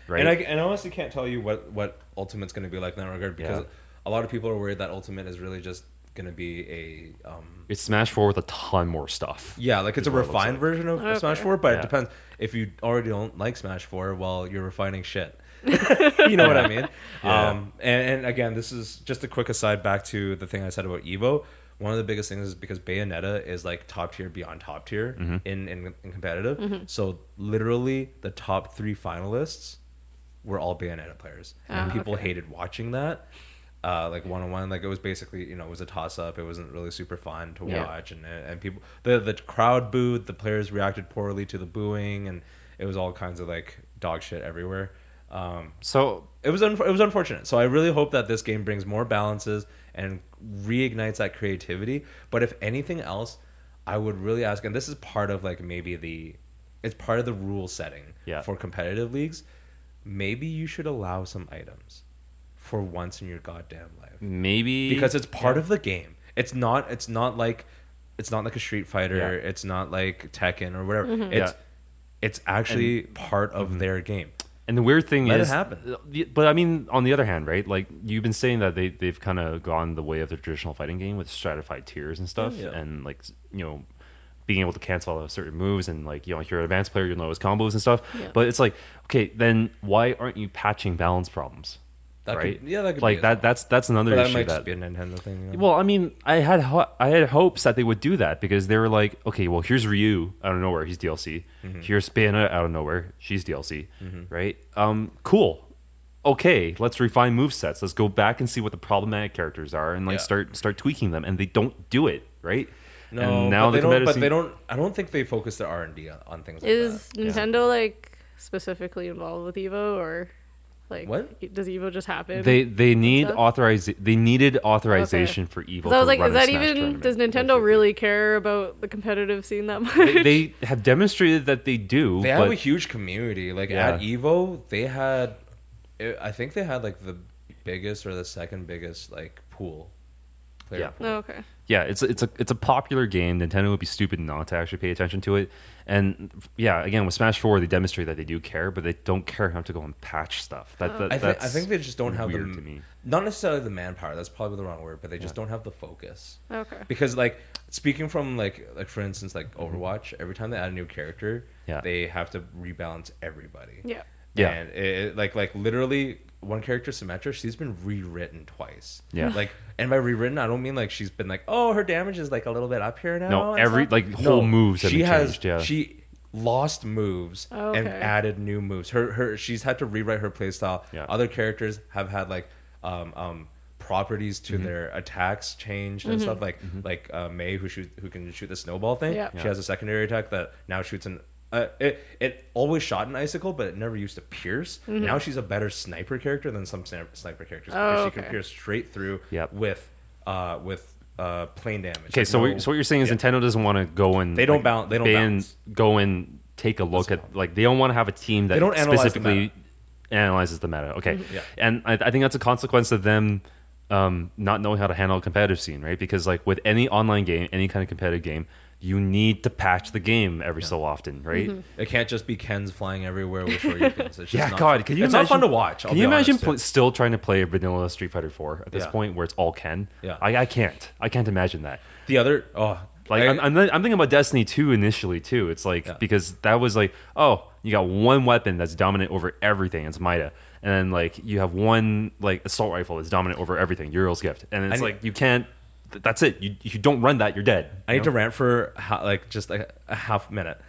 Speaker 2: Right?
Speaker 1: Mm. And I and I honestly can't tell you what what Ultimate's going to be like in that regard because
Speaker 2: Yeah.
Speaker 1: a lot of people are worried that Ultimate is really just going to be a um
Speaker 2: it's Smash Four with a ton more stuff.
Speaker 1: yeah, like it's a
Speaker 2: Is what it looks
Speaker 1: refined
Speaker 2: like.
Speaker 1: version of
Speaker 3: Okay.
Speaker 1: Smash 4, but
Speaker 2: Yeah.
Speaker 1: it depends if you already don't like Smash 4, well, you're refining shit. *laughs* you know what I *laughs* mean?
Speaker 2: Yeah.
Speaker 1: Um and, and again, this is just a quick aside back to the thing I said about Evo. One of the biggest things is because Bayonetta is like top tier beyond top tier in, in in competitive. So literally the top 3 finalists were all Bayonetta players, and
Speaker 3: Ah,
Speaker 1: people
Speaker 3: okay.
Speaker 1: hated watching that. Uh, like one on one, like it was basically you know it was a toss up. It wasn't really super fun to
Speaker 2: Yeah.
Speaker 1: watch, and uh, and people the the crowd booed. The players reacted poorly to the booing, and it was all kinds of like dog shit everywhere. Um,
Speaker 2: So
Speaker 1: it was un- it was unfortunate. So I really hope that this game brings more balances and reignites that creativity. But if anything else, I would really ask, and this is part of like maybe the it's part of the rule setting
Speaker 2: Yeah.
Speaker 1: for competitive leagues. Maybe you should allow some items for once in your goddamn life
Speaker 2: maybe
Speaker 1: because it's part of the game. It's not. It's not like. It's not like a Street Fighter.
Speaker 2: Yeah.
Speaker 1: It's not like Tekken or whatever. It's.
Speaker 2: Yeah. Mm-hmm.
Speaker 1: It's actually part of their game.
Speaker 2: And the weird thing
Speaker 1: Let it
Speaker 2: is, uh,
Speaker 1: happen.
Speaker 2: the- But I mean, on the other hand, right? Like you've been saying that they they've kind of gone the way of the traditional fighting game with stratified tiers and stuff,
Speaker 1: Yeah.
Speaker 2: and like s- you know, being able to cancel out of certain moves and like you know, if you're an advanced player, you'll know his combos and stuff.
Speaker 3: Yeah.
Speaker 2: But it's like, okay, then why aren't you patching balance problems?
Speaker 1: That could-
Speaker 2: right?
Speaker 1: yeah, that could be
Speaker 2: like
Speaker 1: as
Speaker 2: that.
Speaker 1: well.
Speaker 2: That's that's another
Speaker 1: But that
Speaker 2: issue
Speaker 1: might just
Speaker 2: that
Speaker 1: be a Nintendo thing. you know?
Speaker 2: well, I mean, I had ho- I had hopes that they would do that because they were like, okay, well, here's Ryu out of nowhere, he's DLC.
Speaker 1: Mm-hmm.
Speaker 2: Here's Bayonetta out of nowhere, she's DLC, right? Um, cool. Okay, let's refine move sets. Let's go back and see what the problematic characters are and like
Speaker 1: Yeah.
Speaker 2: start start tweaking them. And they don't do it, right?
Speaker 1: No,
Speaker 2: and now
Speaker 1: but, they
Speaker 2: the
Speaker 1: don't, but
Speaker 2: competitive
Speaker 1: they
Speaker 2: scene-
Speaker 1: don't. I don't think they focus their R and D on, on things like
Speaker 3: Is
Speaker 1: that.
Speaker 3: Nintendo like specifically involved with Evo or like
Speaker 1: What?
Speaker 3: e- does Evo just happen?
Speaker 2: They they need
Speaker 3: that?
Speaker 2: authorize they needed authorization for evil.
Speaker 3: Because I was
Speaker 2: to
Speaker 3: like,
Speaker 2: run
Speaker 3: is
Speaker 2: a
Speaker 3: that
Speaker 2: Smash
Speaker 3: even?
Speaker 2: tournament,
Speaker 3: Does Nintendo
Speaker 2: basically.
Speaker 3: really care about the competitive scene that much? *laughs*
Speaker 2: They, they have demonstrated that they do.
Speaker 1: They
Speaker 2: but,
Speaker 1: have a huge community. Like
Speaker 2: Yeah.
Speaker 1: at Evo, they had. I think they had like the biggest or the second biggest like pool. Player
Speaker 2: Yeah.
Speaker 1: pool.
Speaker 3: oh, okay.
Speaker 2: yeah, it's it's a it's a popular game. Nintendo would be stupid not to actually pay attention to it. And yeah, again with Smash Four, they demonstrate that they do care, but they don't care enough to go and patch stuff. That, that
Speaker 1: I, think
Speaker 2: that's
Speaker 1: I think they just don't have the
Speaker 2: weird to me.
Speaker 1: not necessarily the manpower. That's probably the wrong word, but they just don't have the focus.
Speaker 3: Okay.
Speaker 1: Because like speaking from like like for instance like Overwatch, every time they add a new character,
Speaker 2: Yeah.
Speaker 1: they have to rebalance everybody.
Speaker 3: Yeah.
Speaker 2: Yeah.
Speaker 1: And it, it- like like literally one character Symmetra, she's been rewritten twice.
Speaker 2: Yeah.
Speaker 1: Like and by rewritten, I don't mean like she's been like, "Oh, her damage is like a little bit up here now."
Speaker 2: No,
Speaker 1: and
Speaker 2: every-
Speaker 1: stuff."
Speaker 2: like, whole moves have
Speaker 1: She
Speaker 2: been
Speaker 1: has
Speaker 2: changed, yeah.
Speaker 1: she lost moves
Speaker 3: Oh,
Speaker 1: and
Speaker 3: okay.
Speaker 1: added new moves. Her her she's had to rewrite her playstyle.
Speaker 2: Yeah.
Speaker 1: Other characters have had like um um properties
Speaker 2: Mm-hmm.
Speaker 1: to their attacks changed and stuff like like uh, May who shoot who can shoot the snowball thing.
Speaker 3: Yeah.
Speaker 1: She has a secondary attack that now shoots an uh, it it always shot an icicle, but it never used to pierce. Now she's a better sniper character than some sni- sniper characters because
Speaker 3: Mm-hmm. Oh,
Speaker 1: she
Speaker 3: okay.
Speaker 1: can pierce straight through
Speaker 2: Yep.
Speaker 1: with uh with uh plane damage.
Speaker 2: Okay,
Speaker 1: Like,
Speaker 2: so
Speaker 1: no-
Speaker 2: what- so what you're saying is Nintendo doesn't want to go and
Speaker 1: They don't balance- they don't
Speaker 2: ban-
Speaker 1: balance.
Speaker 2: go and take a look at like they don't want to have a team that
Speaker 1: They don't analyze the
Speaker 2: specifically
Speaker 1: meta. Mm-hmm.
Speaker 2: analyzes the meta. Okay,
Speaker 1: Yeah.
Speaker 2: and I, I think that's a consequence of them um, not knowing how to handle a competitive scene, right? Because like with any online game, any kind of competitive game, you need to patch the game every so often, right?
Speaker 1: It can't just be Ken's flying everywhere with shoryukens. It's just
Speaker 2: Yeah,
Speaker 1: not,
Speaker 2: God, can you
Speaker 1: It's
Speaker 2: imagine,
Speaker 1: not fun to watch. I'll
Speaker 2: can
Speaker 1: be
Speaker 2: you imagine
Speaker 1: honest.
Speaker 2: pl- still trying to play vanilla Street Fighter 4 at this
Speaker 1: Yeah.
Speaker 2: point where it's all Ken?
Speaker 1: Yeah.
Speaker 2: I, I can't. I can't imagine that.
Speaker 1: the other? Oh,
Speaker 2: Like
Speaker 1: I-
Speaker 2: I, am I'm, I'm thinking about Destiny 2 initially too. It's like because that was like, oh, you got one weapon that's dominant over everything. It's Mida. And then like you have one like assault rifle that's dominant over everything. Uriel's gift. And it's
Speaker 1: need-
Speaker 2: like you can't th- that's it. You if you don't run that, you're dead.
Speaker 1: I need to rant for ha- like just like a half minute.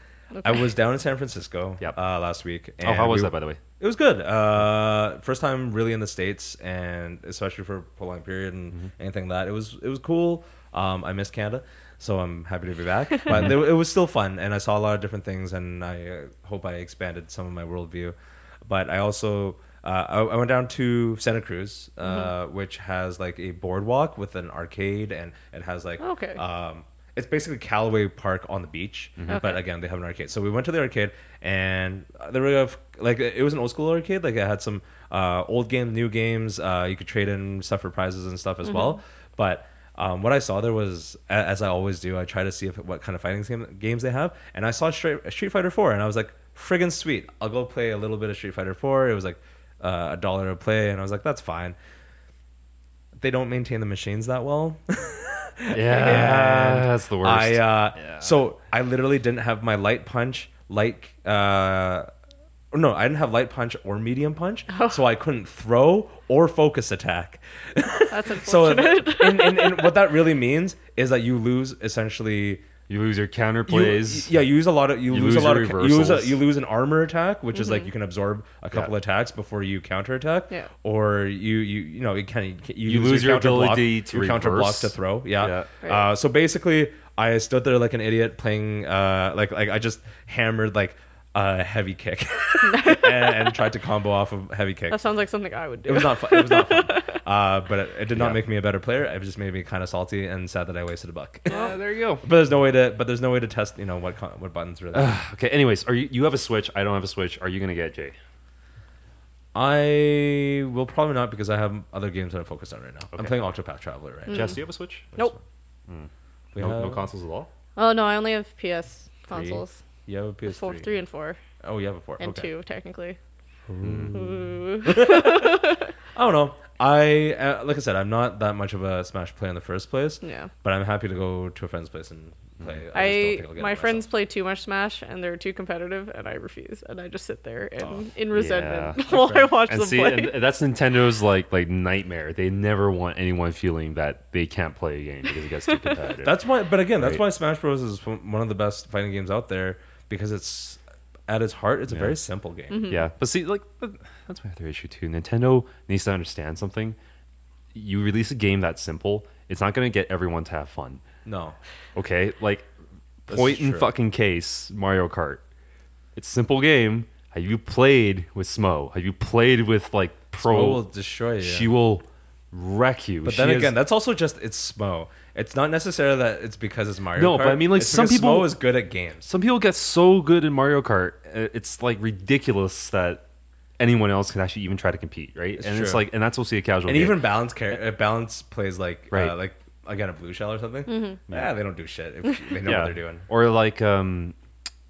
Speaker 1: I was down in San Francisco
Speaker 2: Yep.
Speaker 1: uh, last week.
Speaker 2: Oh, how
Speaker 1: and
Speaker 2: was
Speaker 1: we- *laughs*
Speaker 2: that by the way?
Speaker 1: It was good. Uh, first time really in the states, and especially for a prolonged period and anything like that. It was it was cool. Um, I missed Canada, so I'm happy to be back. But it, it was still fun, and I saw a lot of different things, and I uh, hope I expanded some of my worldview. But I also uh, I, I went down to Santa Cruz, uh, which has like a boardwalk with an arcade, and it has like
Speaker 3: Okay.
Speaker 1: um, it's basically Callaway Park on the beach, but
Speaker 3: Okay.
Speaker 1: again, they have an arcade. So we went to the arcade, and there were a f- like it was an old school arcade. Like it had some uh, old games, new games. Uh, you could trade in stuff for prizes and stuff as well. But um, what I saw there was, a- as I always do, I try to see if what kind of fighting game, games they have, and I saw Street, Street Fighter Four, and I was like, friggin' sweet! I'll go play a little bit of Street Fighter Four. It was like uh, a dollar to play, and I was like, that's fine. They don't maintain the machines that well.
Speaker 2: Yeah, that's the worst.
Speaker 1: I uh, so I literally didn't have my light punch, light uh, no, I didn't have light punch or medium punch, so I couldn't throw or focus attack.
Speaker 2: *laughs*
Speaker 3: That's
Speaker 1: So,
Speaker 3: unfortunate.
Speaker 1: and, and, and what that really means is that you lose essentially.
Speaker 2: you lose your counter
Speaker 1: You,
Speaker 2: plays.
Speaker 1: yeah, you use a lot of you, lose, a
Speaker 2: lose
Speaker 1: lot
Speaker 2: your
Speaker 1: of you lose a,
Speaker 2: reversals.
Speaker 1: you lose an armor attack, which is like you can absorb a couple attacks before you counter attack,
Speaker 3: Yeah.
Speaker 1: or you you you know you kind of you,
Speaker 2: You lose your
Speaker 1: counter block-
Speaker 2: ability to
Speaker 1: your counter block
Speaker 2: reverse.
Speaker 1: to throw. Yeah.
Speaker 3: Yeah.
Speaker 1: Uh, so basically, I stood there like an idiot playing, uh, like like I just hammered like a heavy kick *laughs* and, and tried to combo off of heavy kick.
Speaker 3: *laughs* that sounds like something I would
Speaker 1: It
Speaker 2: *laughs*
Speaker 3: do.
Speaker 1: was not fun. It was not fun. Uh, but it, it did not
Speaker 2: Yeah.
Speaker 1: make me a better player. It just made me kind of salty and sad that I wasted a buck. *laughs* but
Speaker 2: Yeah, *laughs* there you go.
Speaker 1: there's no way to. But there's no way to test. You know what con- what buttons really.
Speaker 2: *sighs* Okay. Anyways, are you you have a Switch? I don't have a Switch. Are you gonna get Jay?
Speaker 1: I will probably not because I have other games that I'm focused on right now. I'm
Speaker 2: Okay.
Speaker 1: playing Octopath Traveler
Speaker 3: Mm.
Speaker 1: right now.
Speaker 2: Jess, do you have a Switch?
Speaker 3: nope.
Speaker 1: We
Speaker 2: No,
Speaker 1: have-
Speaker 2: no consoles at all.
Speaker 3: Oh no, I only have PS consoles.
Speaker 1: You have a
Speaker 3: There's
Speaker 1: PS3.
Speaker 3: Four, three and four,
Speaker 1: Oh, you have a four.
Speaker 3: and
Speaker 1: okay.
Speaker 3: two technically.
Speaker 1: I don't know. I uh, like I said, I'm not that much of a Smash player in the first place.
Speaker 3: Yeah.
Speaker 1: But I'm happy to go to a friend's place and play. I, just don't
Speaker 3: Mm. I
Speaker 1: think I'll get it
Speaker 3: my
Speaker 1: myself.
Speaker 3: friends play too much Smash and they're too competitive and I refuse and I just sit there and
Speaker 1: Oh,
Speaker 3: in resentment *laughs* while I watch
Speaker 2: And
Speaker 3: them
Speaker 2: see,
Speaker 3: play.
Speaker 2: and that's Nintendo's like like nightmare. They never want anyone feeling that they can't play a game because it gets too
Speaker 1: *laughs*
Speaker 2: competitive.
Speaker 1: That's why. But again, that's
Speaker 2: Right.
Speaker 1: why Smash Bros is one one of the best fighting games out there because it's at its heart, it's a very simple game.
Speaker 3: Mm-hmm.
Speaker 2: yeah. But see, like th- that's my other issue too. Nintendo needs to understand something. You release a game that's simple, it's not gonna get everyone to have fun.
Speaker 3: Mm-hmm.
Speaker 1: No.
Speaker 2: Okay, like
Speaker 1: This
Speaker 2: point
Speaker 1: is
Speaker 2: in
Speaker 1: true.
Speaker 2: fucking case Mario Kart. It's a simple game. Have you played with Smo? Have you played with like Pro?
Speaker 1: Smo will destroy you.
Speaker 2: She will wreck you.
Speaker 1: But
Speaker 2: She
Speaker 1: then
Speaker 2: is-
Speaker 1: again, that's also just it's Smo. It's not necessarily that it's because it's Mario.
Speaker 2: No, but
Speaker 1: Kart,
Speaker 2: I mean, like,
Speaker 1: it's
Speaker 2: some
Speaker 1: because
Speaker 2: people-
Speaker 1: Smo is good at games.
Speaker 2: some people get so good in Mario Kart, uh, it's like ridiculous that anyone else can actually even try to compete, right? and it's
Speaker 1: true.
Speaker 2: like, and that's supposed to be a casual.
Speaker 1: And
Speaker 2: game.
Speaker 1: even balance car- uh, balance plays like
Speaker 2: Right.
Speaker 1: uh, like again a blue shell or something. Yeah, they don't do shit if they
Speaker 2: *laughs*
Speaker 1: know what they're doing.
Speaker 2: Or like um,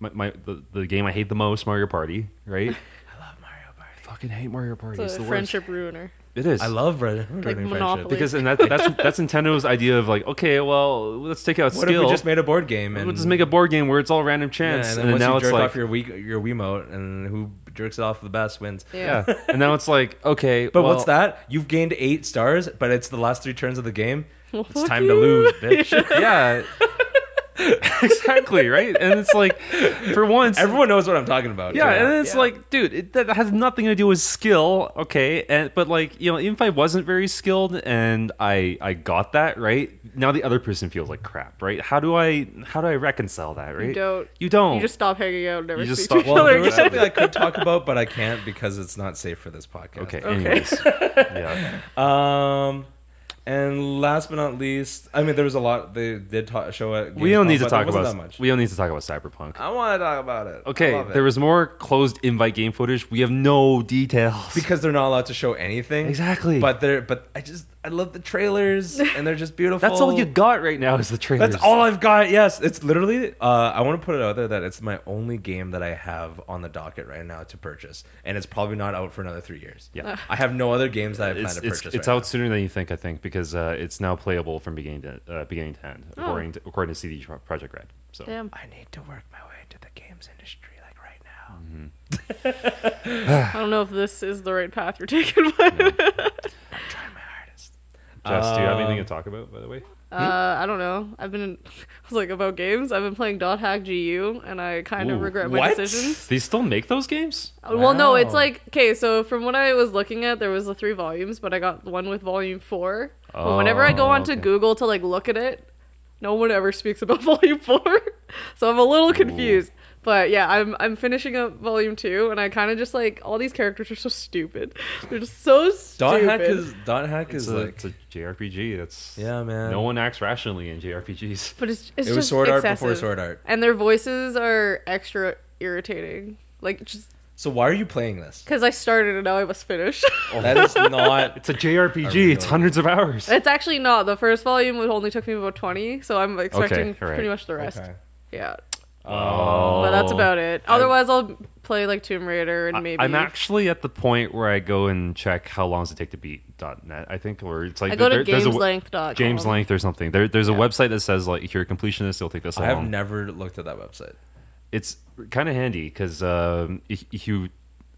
Speaker 2: my, my the, the game I hate the most, Mario Party, right?
Speaker 1: *laughs* I love Mario Party.
Speaker 2: Fucking hate Mario Party. It's,
Speaker 3: it's a
Speaker 2: the
Speaker 3: friendship ruiner.
Speaker 2: worst. It is.
Speaker 1: I love Red
Speaker 3: Like
Speaker 1: Running Friendship.
Speaker 3: Monopoly.
Speaker 2: because and that, that's that's Nintendo's idea of like, okay, well, let's take out
Speaker 1: What
Speaker 2: skill.
Speaker 1: if we just made a board game and
Speaker 2: We'll just make a board game where it's all random
Speaker 1: yeah,
Speaker 2: chance,
Speaker 1: and then once
Speaker 2: now
Speaker 1: you
Speaker 2: it's
Speaker 1: jerk
Speaker 2: like,
Speaker 1: off your Wii, your Wiimote and who jerks it off the best wins.
Speaker 2: *laughs* yeah, and now it's like, okay,
Speaker 1: But
Speaker 2: well,
Speaker 1: what's that? You've gained eight stars, but it's the last three turns of the game. it's
Speaker 3: fuck
Speaker 1: time to
Speaker 3: you.
Speaker 1: lose, bitch.
Speaker 2: Yeah, *laughs* exactly, right? And it's like, for once,
Speaker 1: Everyone knows what I'm talking about.
Speaker 2: Yeah,
Speaker 1: too.
Speaker 2: and then it's like, dude, it, that has nothing to do with skill, okay? And but like, you know, even if I wasn't very skilled and I I got that right, now the other person feels like crap, right? How do I how do I reconcile that, right?
Speaker 3: don't.
Speaker 2: You don't.
Speaker 1: Oh.
Speaker 3: You just stop hanging out and never
Speaker 2: You just
Speaker 3: speak
Speaker 2: stop-
Speaker 3: to each
Speaker 1: well, *laughs*
Speaker 3: other
Speaker 1: there was
Speaker 3: again.
Speaker 2: *laughs*
Speaker 1: something I could talk about, but I
Speaker 3: *laughs*
Speaker 1: can't because it's not safe for this podcast.
Speaker 2: okay. Anyways, yeah.
Speaker 1: Um, And last but not least, I mean, there was a lot they did ta- show at.
Speaker 2: We don't
Speaker 1: Gamescom,
Speaker 2: need to
Speaker 1: but there
Speaker 2: talk
Speaker 1: wasn't
Speaker 2: about.
Speaker 1: that much.
Speaker 2: We don't need to talk about Cyberpunk.
Speaker 1: I want to talk about it. I
Speaker 2: Okay,
Speaker 1: love it.
Speaker 2: there was more closed invite game footage. We have no details.
Speaker 1: because they're not allowed to show anything.
Speaker 2: Exactly.
Speaker 1: But they're but I just I love the trailers and they're just beautiful.
Speaker 2: *laughs* that's all you got right now is the trailers.
Speaker 1: That's all I've got. Yes, it's literally. Uh, I want to put it out there that it's my only game that I have on the docket right now to purchase, and it's probably not out for another three years.
Speaker 2: Yeah.
Speaker 1: I have no other games that I plan
Speaker 2: It's,
Speaker 1: to
Speaker 2: it's,
Speaker 1: purchase.
Speaker 2: it's
Speaker 1: right
Speaker 2: out sooner than you think, I think, because uh, it's now playable from beginning to uh, beginning to end,
Speaker 1: Oh.
Speaker 2: according to according to CD Project Red. So
Speaker 3: Damn.
Speaker 1: now. I need to work my way to the games industry like right now.
Speaker 2: Mm-hmm.
Speaker 3: I don't know if this is the right path you're *laughs* taking, but
Speaker 1: I'm trying my hardest.
Speaker 2: Jess, do you have anything
Speaker 1: Um,
Speaker 2: to talk about, by the way?
Speaker 3: uh, I don't know. I've been, *laughs* I was like about games. I've been playing Dot Hack GU, and I kind
Speaker 2: Ooh,
Speaker 3: of regret my
Speaker 1: what?
Speaker 3: decisions.
Speaker 2: They still make those games?
Speaker 3: Uh, Well, no, it's
Speaker 1: Wow.
Speaker 3: like okay. So from what I was looking at, there was the three volumes, but I got the one with volume four. but whenever I go
Speaker 2: Oh,
Speaker 3: onto
Speaker 2: okay.
Speaker 3: Google to like look at it, no one ever speaks about *laughs* volume four, so I'm a little confused. But yeah, I'm I'm finishing up volume two, and I kind of just like all these characters are so stupid. *laughs* They're just so
Speaker 1: Dot
Speaker 3: stupid.
Speaker 1: hack is dot hack
Speaker 2: It's
Speaker 1: is
Speaker 2: a,
Speaker 1: like
Speaker 2: it's a JRPG. That's
Speaker 1: Yeah, man.
Speaker 2: No one acts rationally in JRPGs.
Speaker 3: but it's, it's
Speaker 1: it was
Speaker 3: just
Speaker 1: sword art
Speaker 3: excessive.
Speaker 1: before sword art.
Speaker 3: and their voices are extra irritating. Like just
Speaker 1: So why are you playing
Speaker 2: *laughs*
Speaker 1: this?
Speaker 3: because I started and now I must finish. *laughs*
Speaker 1: That is not.
Speaker 2: It's a JRPG.
Speaker 1: really
Speaker 2: It's hundreds
Speaker 1: *laughs*
Speaker 2: of hours.
Speaker 3: It's actually not. The first volume would only took me about 20, so I'm expecting
Speaker 2: all right.
Speaker 3: pretty much the rest.
Speaker 1: Okay.
Speaker 3: Yeah.
Speaker 2: Oh,
Speaker 3: But that's about it. Otherwise, I'll play like Tomb Raider and
Speaker 2: I-
Speaker 3: maybe.
Speaker 2: I'm actually at the point where I go and check how long does it take to beat .net. I think, or it's like
Speaker 3: I go to
Speaker 2: there- there's a-
Speaker 3: gameslength.com.
Speaker 2: James Length or something. There, there's a website that says like if you're a completionist, it'll take this
Speaker 1: I
Speaker 2: long.
Speaker 1: have never looked at that website.
Speaker 2: it's kind of handy because um, if, if you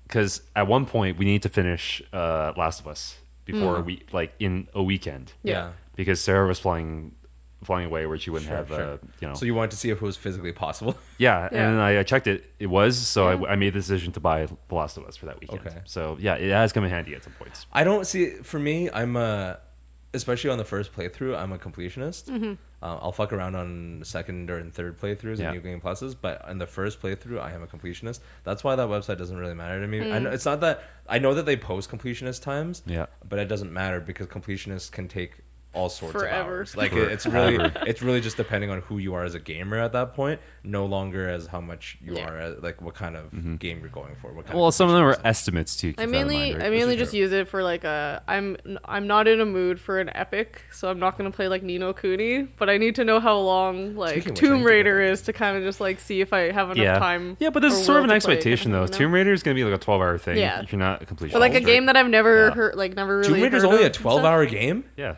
Speaker 2: because at one point we need to finish uh, Last of Us before we like in a weekend.
Speaker 3: Hmm. Yeah.
Speaker 2: because Sarah was flying flying away where she wouldn't
Speaker 1: Sure,
Speaker 2: have
Speaker 1: sure.
Speaker 2: uh, you know
Speaker 1: So you wanted to see if it was physically possible. *laughs*
Speaker 2: yeah,
Speaker 3: Yeah.
Speaker 2: and then I, I checked it. It was so I, I made the decision to buy The Last of Us for that weekend.
Speaker 1: Okay.
Speaker 2: So yeah, it has come in handy at some points.
Speaker 1: I don't see. For me, I'm a, especially on the first playthrough, I'm a completionist.
Speaker 3: Mm-hmm.
Speaker 1: Um, I'll fuck around on second or third playthroughs
Speaker 2: Yeah.
Speaker 1: and new game pluses, but on the first playthrough, I am a completionist. That's why that website doesn't really matter to me.
Speaker 3: Mm.
Speaker 1: I know, it's not that I know that they post completionist times,
Speaker 2: Yeah.
Speaker 1: but it doesn't matter because completionists can take all sorts of
Speaker 3: Forever.
Speaker 1: hours. Like it- it's really, it's really just depending on who you are as a gamer at that point. No longer as how much you
Speaker 3: Yeah.
Speaker 1: are, uh, like what kind of game you're going for. What kind
Speaker 2: Mm-hmm. Well,
Speaker 1: of
Speaker 2: some of them are estimates too.
Speaker 3: I mainly, I mainly just use it for like a. I'm I'm not in a mood for an epic, so I'm not gonna play like Nino Cooney. But I need to know how long
Speaker 1: Speaking
Speaker 3: like
Speaker 1: of which, I need
Speaker 3: Tomb
Speaker 1: to get
Speaker 3: Raider
Speaker 1: that.
Speaker 3: is to kind of just like see if I have enough
Speaker 2: yeah.
Speaker 3: time.
Speaker 2: yeah, but there's
Speaker 3: or
Speaker 2: sort of
Speaker 3: will
Speaker 2: an
Speaker 3: to play it kind
Speaker 2: expectation
Speaker 3: of
Speaker 2: though.
Speaker 3: thing, you know?
Speaker 2: Tomb Raider is going to be like a 12 hour thing.
Speaker 3: Yeah.
Speaker 2: If you're not a completionist.
Speaker 3: But like a
Speaker 2: right?
Speaker 3: game that I've never
Speaker 2: Yeah.
Speaker 3: heard, like never really.
Speaker 1: Tomb Raider's
Speaker 3: heard
Speaker 1: only
Speaker 3: of
Speaker 1: a
Speaker 3: and stuff.
Speaker 1: 12 hour game.
Speaker 2: Yeah.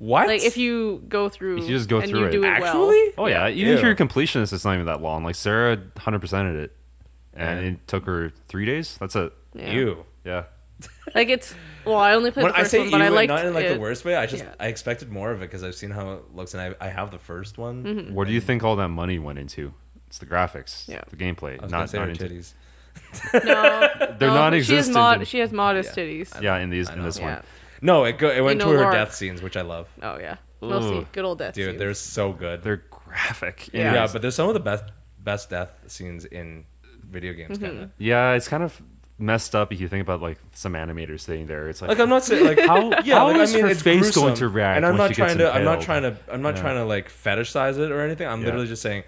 Speaker 1: What?
Speaker 3: Like if you go through,
Speaker 2: If you just go
Speaker 3: and
Speaker 2: through
Speaker 3: you
Speaker 2: it.
Speaker 3: do it well.
Speaker 1: Actually?
Speaker 2: Oh yeah, even if
Speaker 1: Ew.
Speaker 2: you're a completionist, it's not even that long. Like Sarah, 100 percented it, and
Speaker 1: Yeah.
Speaker 2: it took her three days. That's it.
Speaker 3: Yeah.
Speaker 1: you.
Speaker 2: Yeah.
Speaker 3: Like it's well, I only played
Speaker 1: when
Speaker 3: the
Speaker 1: I
Speaker 3: first
Speaker 1: say
Speaker 3: one,
Speaker 1: you,
Speaker 3: but I liked
Speaker 1: not in like
Speaker 3: it.
Speaker 1: the worst way. I just
Speaker 3: Yeah.
Speaker 1: I expected more of it because I've seen how it looks, and I, I have the first one.
Speaker 3: Mm-hmm.
Speaker 2: What do you think all that money went into? It's the graphics,
Speaker 3: Yeah.
Speaker 2: the gameplay,
Speaker 1: I was
Speaker 2: not,
Speaker 1: not, gonna
Speaker 2: not
Speaker 1: say
Speaker 2: into.
Speaker 1: her titties.
Speaker 3: No,
Speaker 2: They're
Speaker 3: no, She
Speaker 2: non-existent
Speaker 3: has, mod-
Speaker 2: in-
Speaker 3: she has modest
Speaker 1: Yeah.
Speaker 3: titties.
Speaker 2: Yeah, in these
Speaker 1: I
Speaker 2: in
Speaker 1: know.
Speaker 2: this
Speaker 3: Yeah.
Speaker 2: one.
Speaker 1: No, it go, it went
Speaker 3: know
Speaker 1: to her
Speaker 3: Lark.
Speaker 1: death scenes, which I love,
Speaker 3: Oh yeah. Mostly
Speaker 2: Ooh.
Speaker 3: good old death
Speaker 1: dude.
Speaker 3: scenes.
Speaker 1: They're so good.
Speaker 2: They're graphic.
Speaker 1: yeah.
Speaker 3: Yeah.
Speaker 2: Anyways.
Speaker 1: but they're some of the best best death scenes in video
Speaker 3: Mm-hmm.
Speaker 1: games. Kind of
Speaker 2: Yeah, it's kind of messed up if you think about like some animators sitting there. It's like,
Speaker 1: like I'm not saying like
Speaker 2: How-
Speaker 1: *laughs* yeah
Speaker 2: how
Speaker 1: like,
Speaker 2: is
Speaker 1: I mean,
Speaker 2: her
Speaker 1: it's
Speaker 2: face
Speaker 1: gruesome,
Speaker 2: going to react
Speaker 1: And I'm
Speaker 2: when
Speaker 1: not
Speaker 2: she
Speaker 1: trying
Speaker 2: gets
Speaker 1: to I'm not
Speaker 2: impaled?
Speaker 1: trying to I'm not
Speaker 2: Yeah.
Speaker 1: trying to like fetishize it or anything. I'm
Speaker 2: Yeah.
Speaker 1: literally just saying.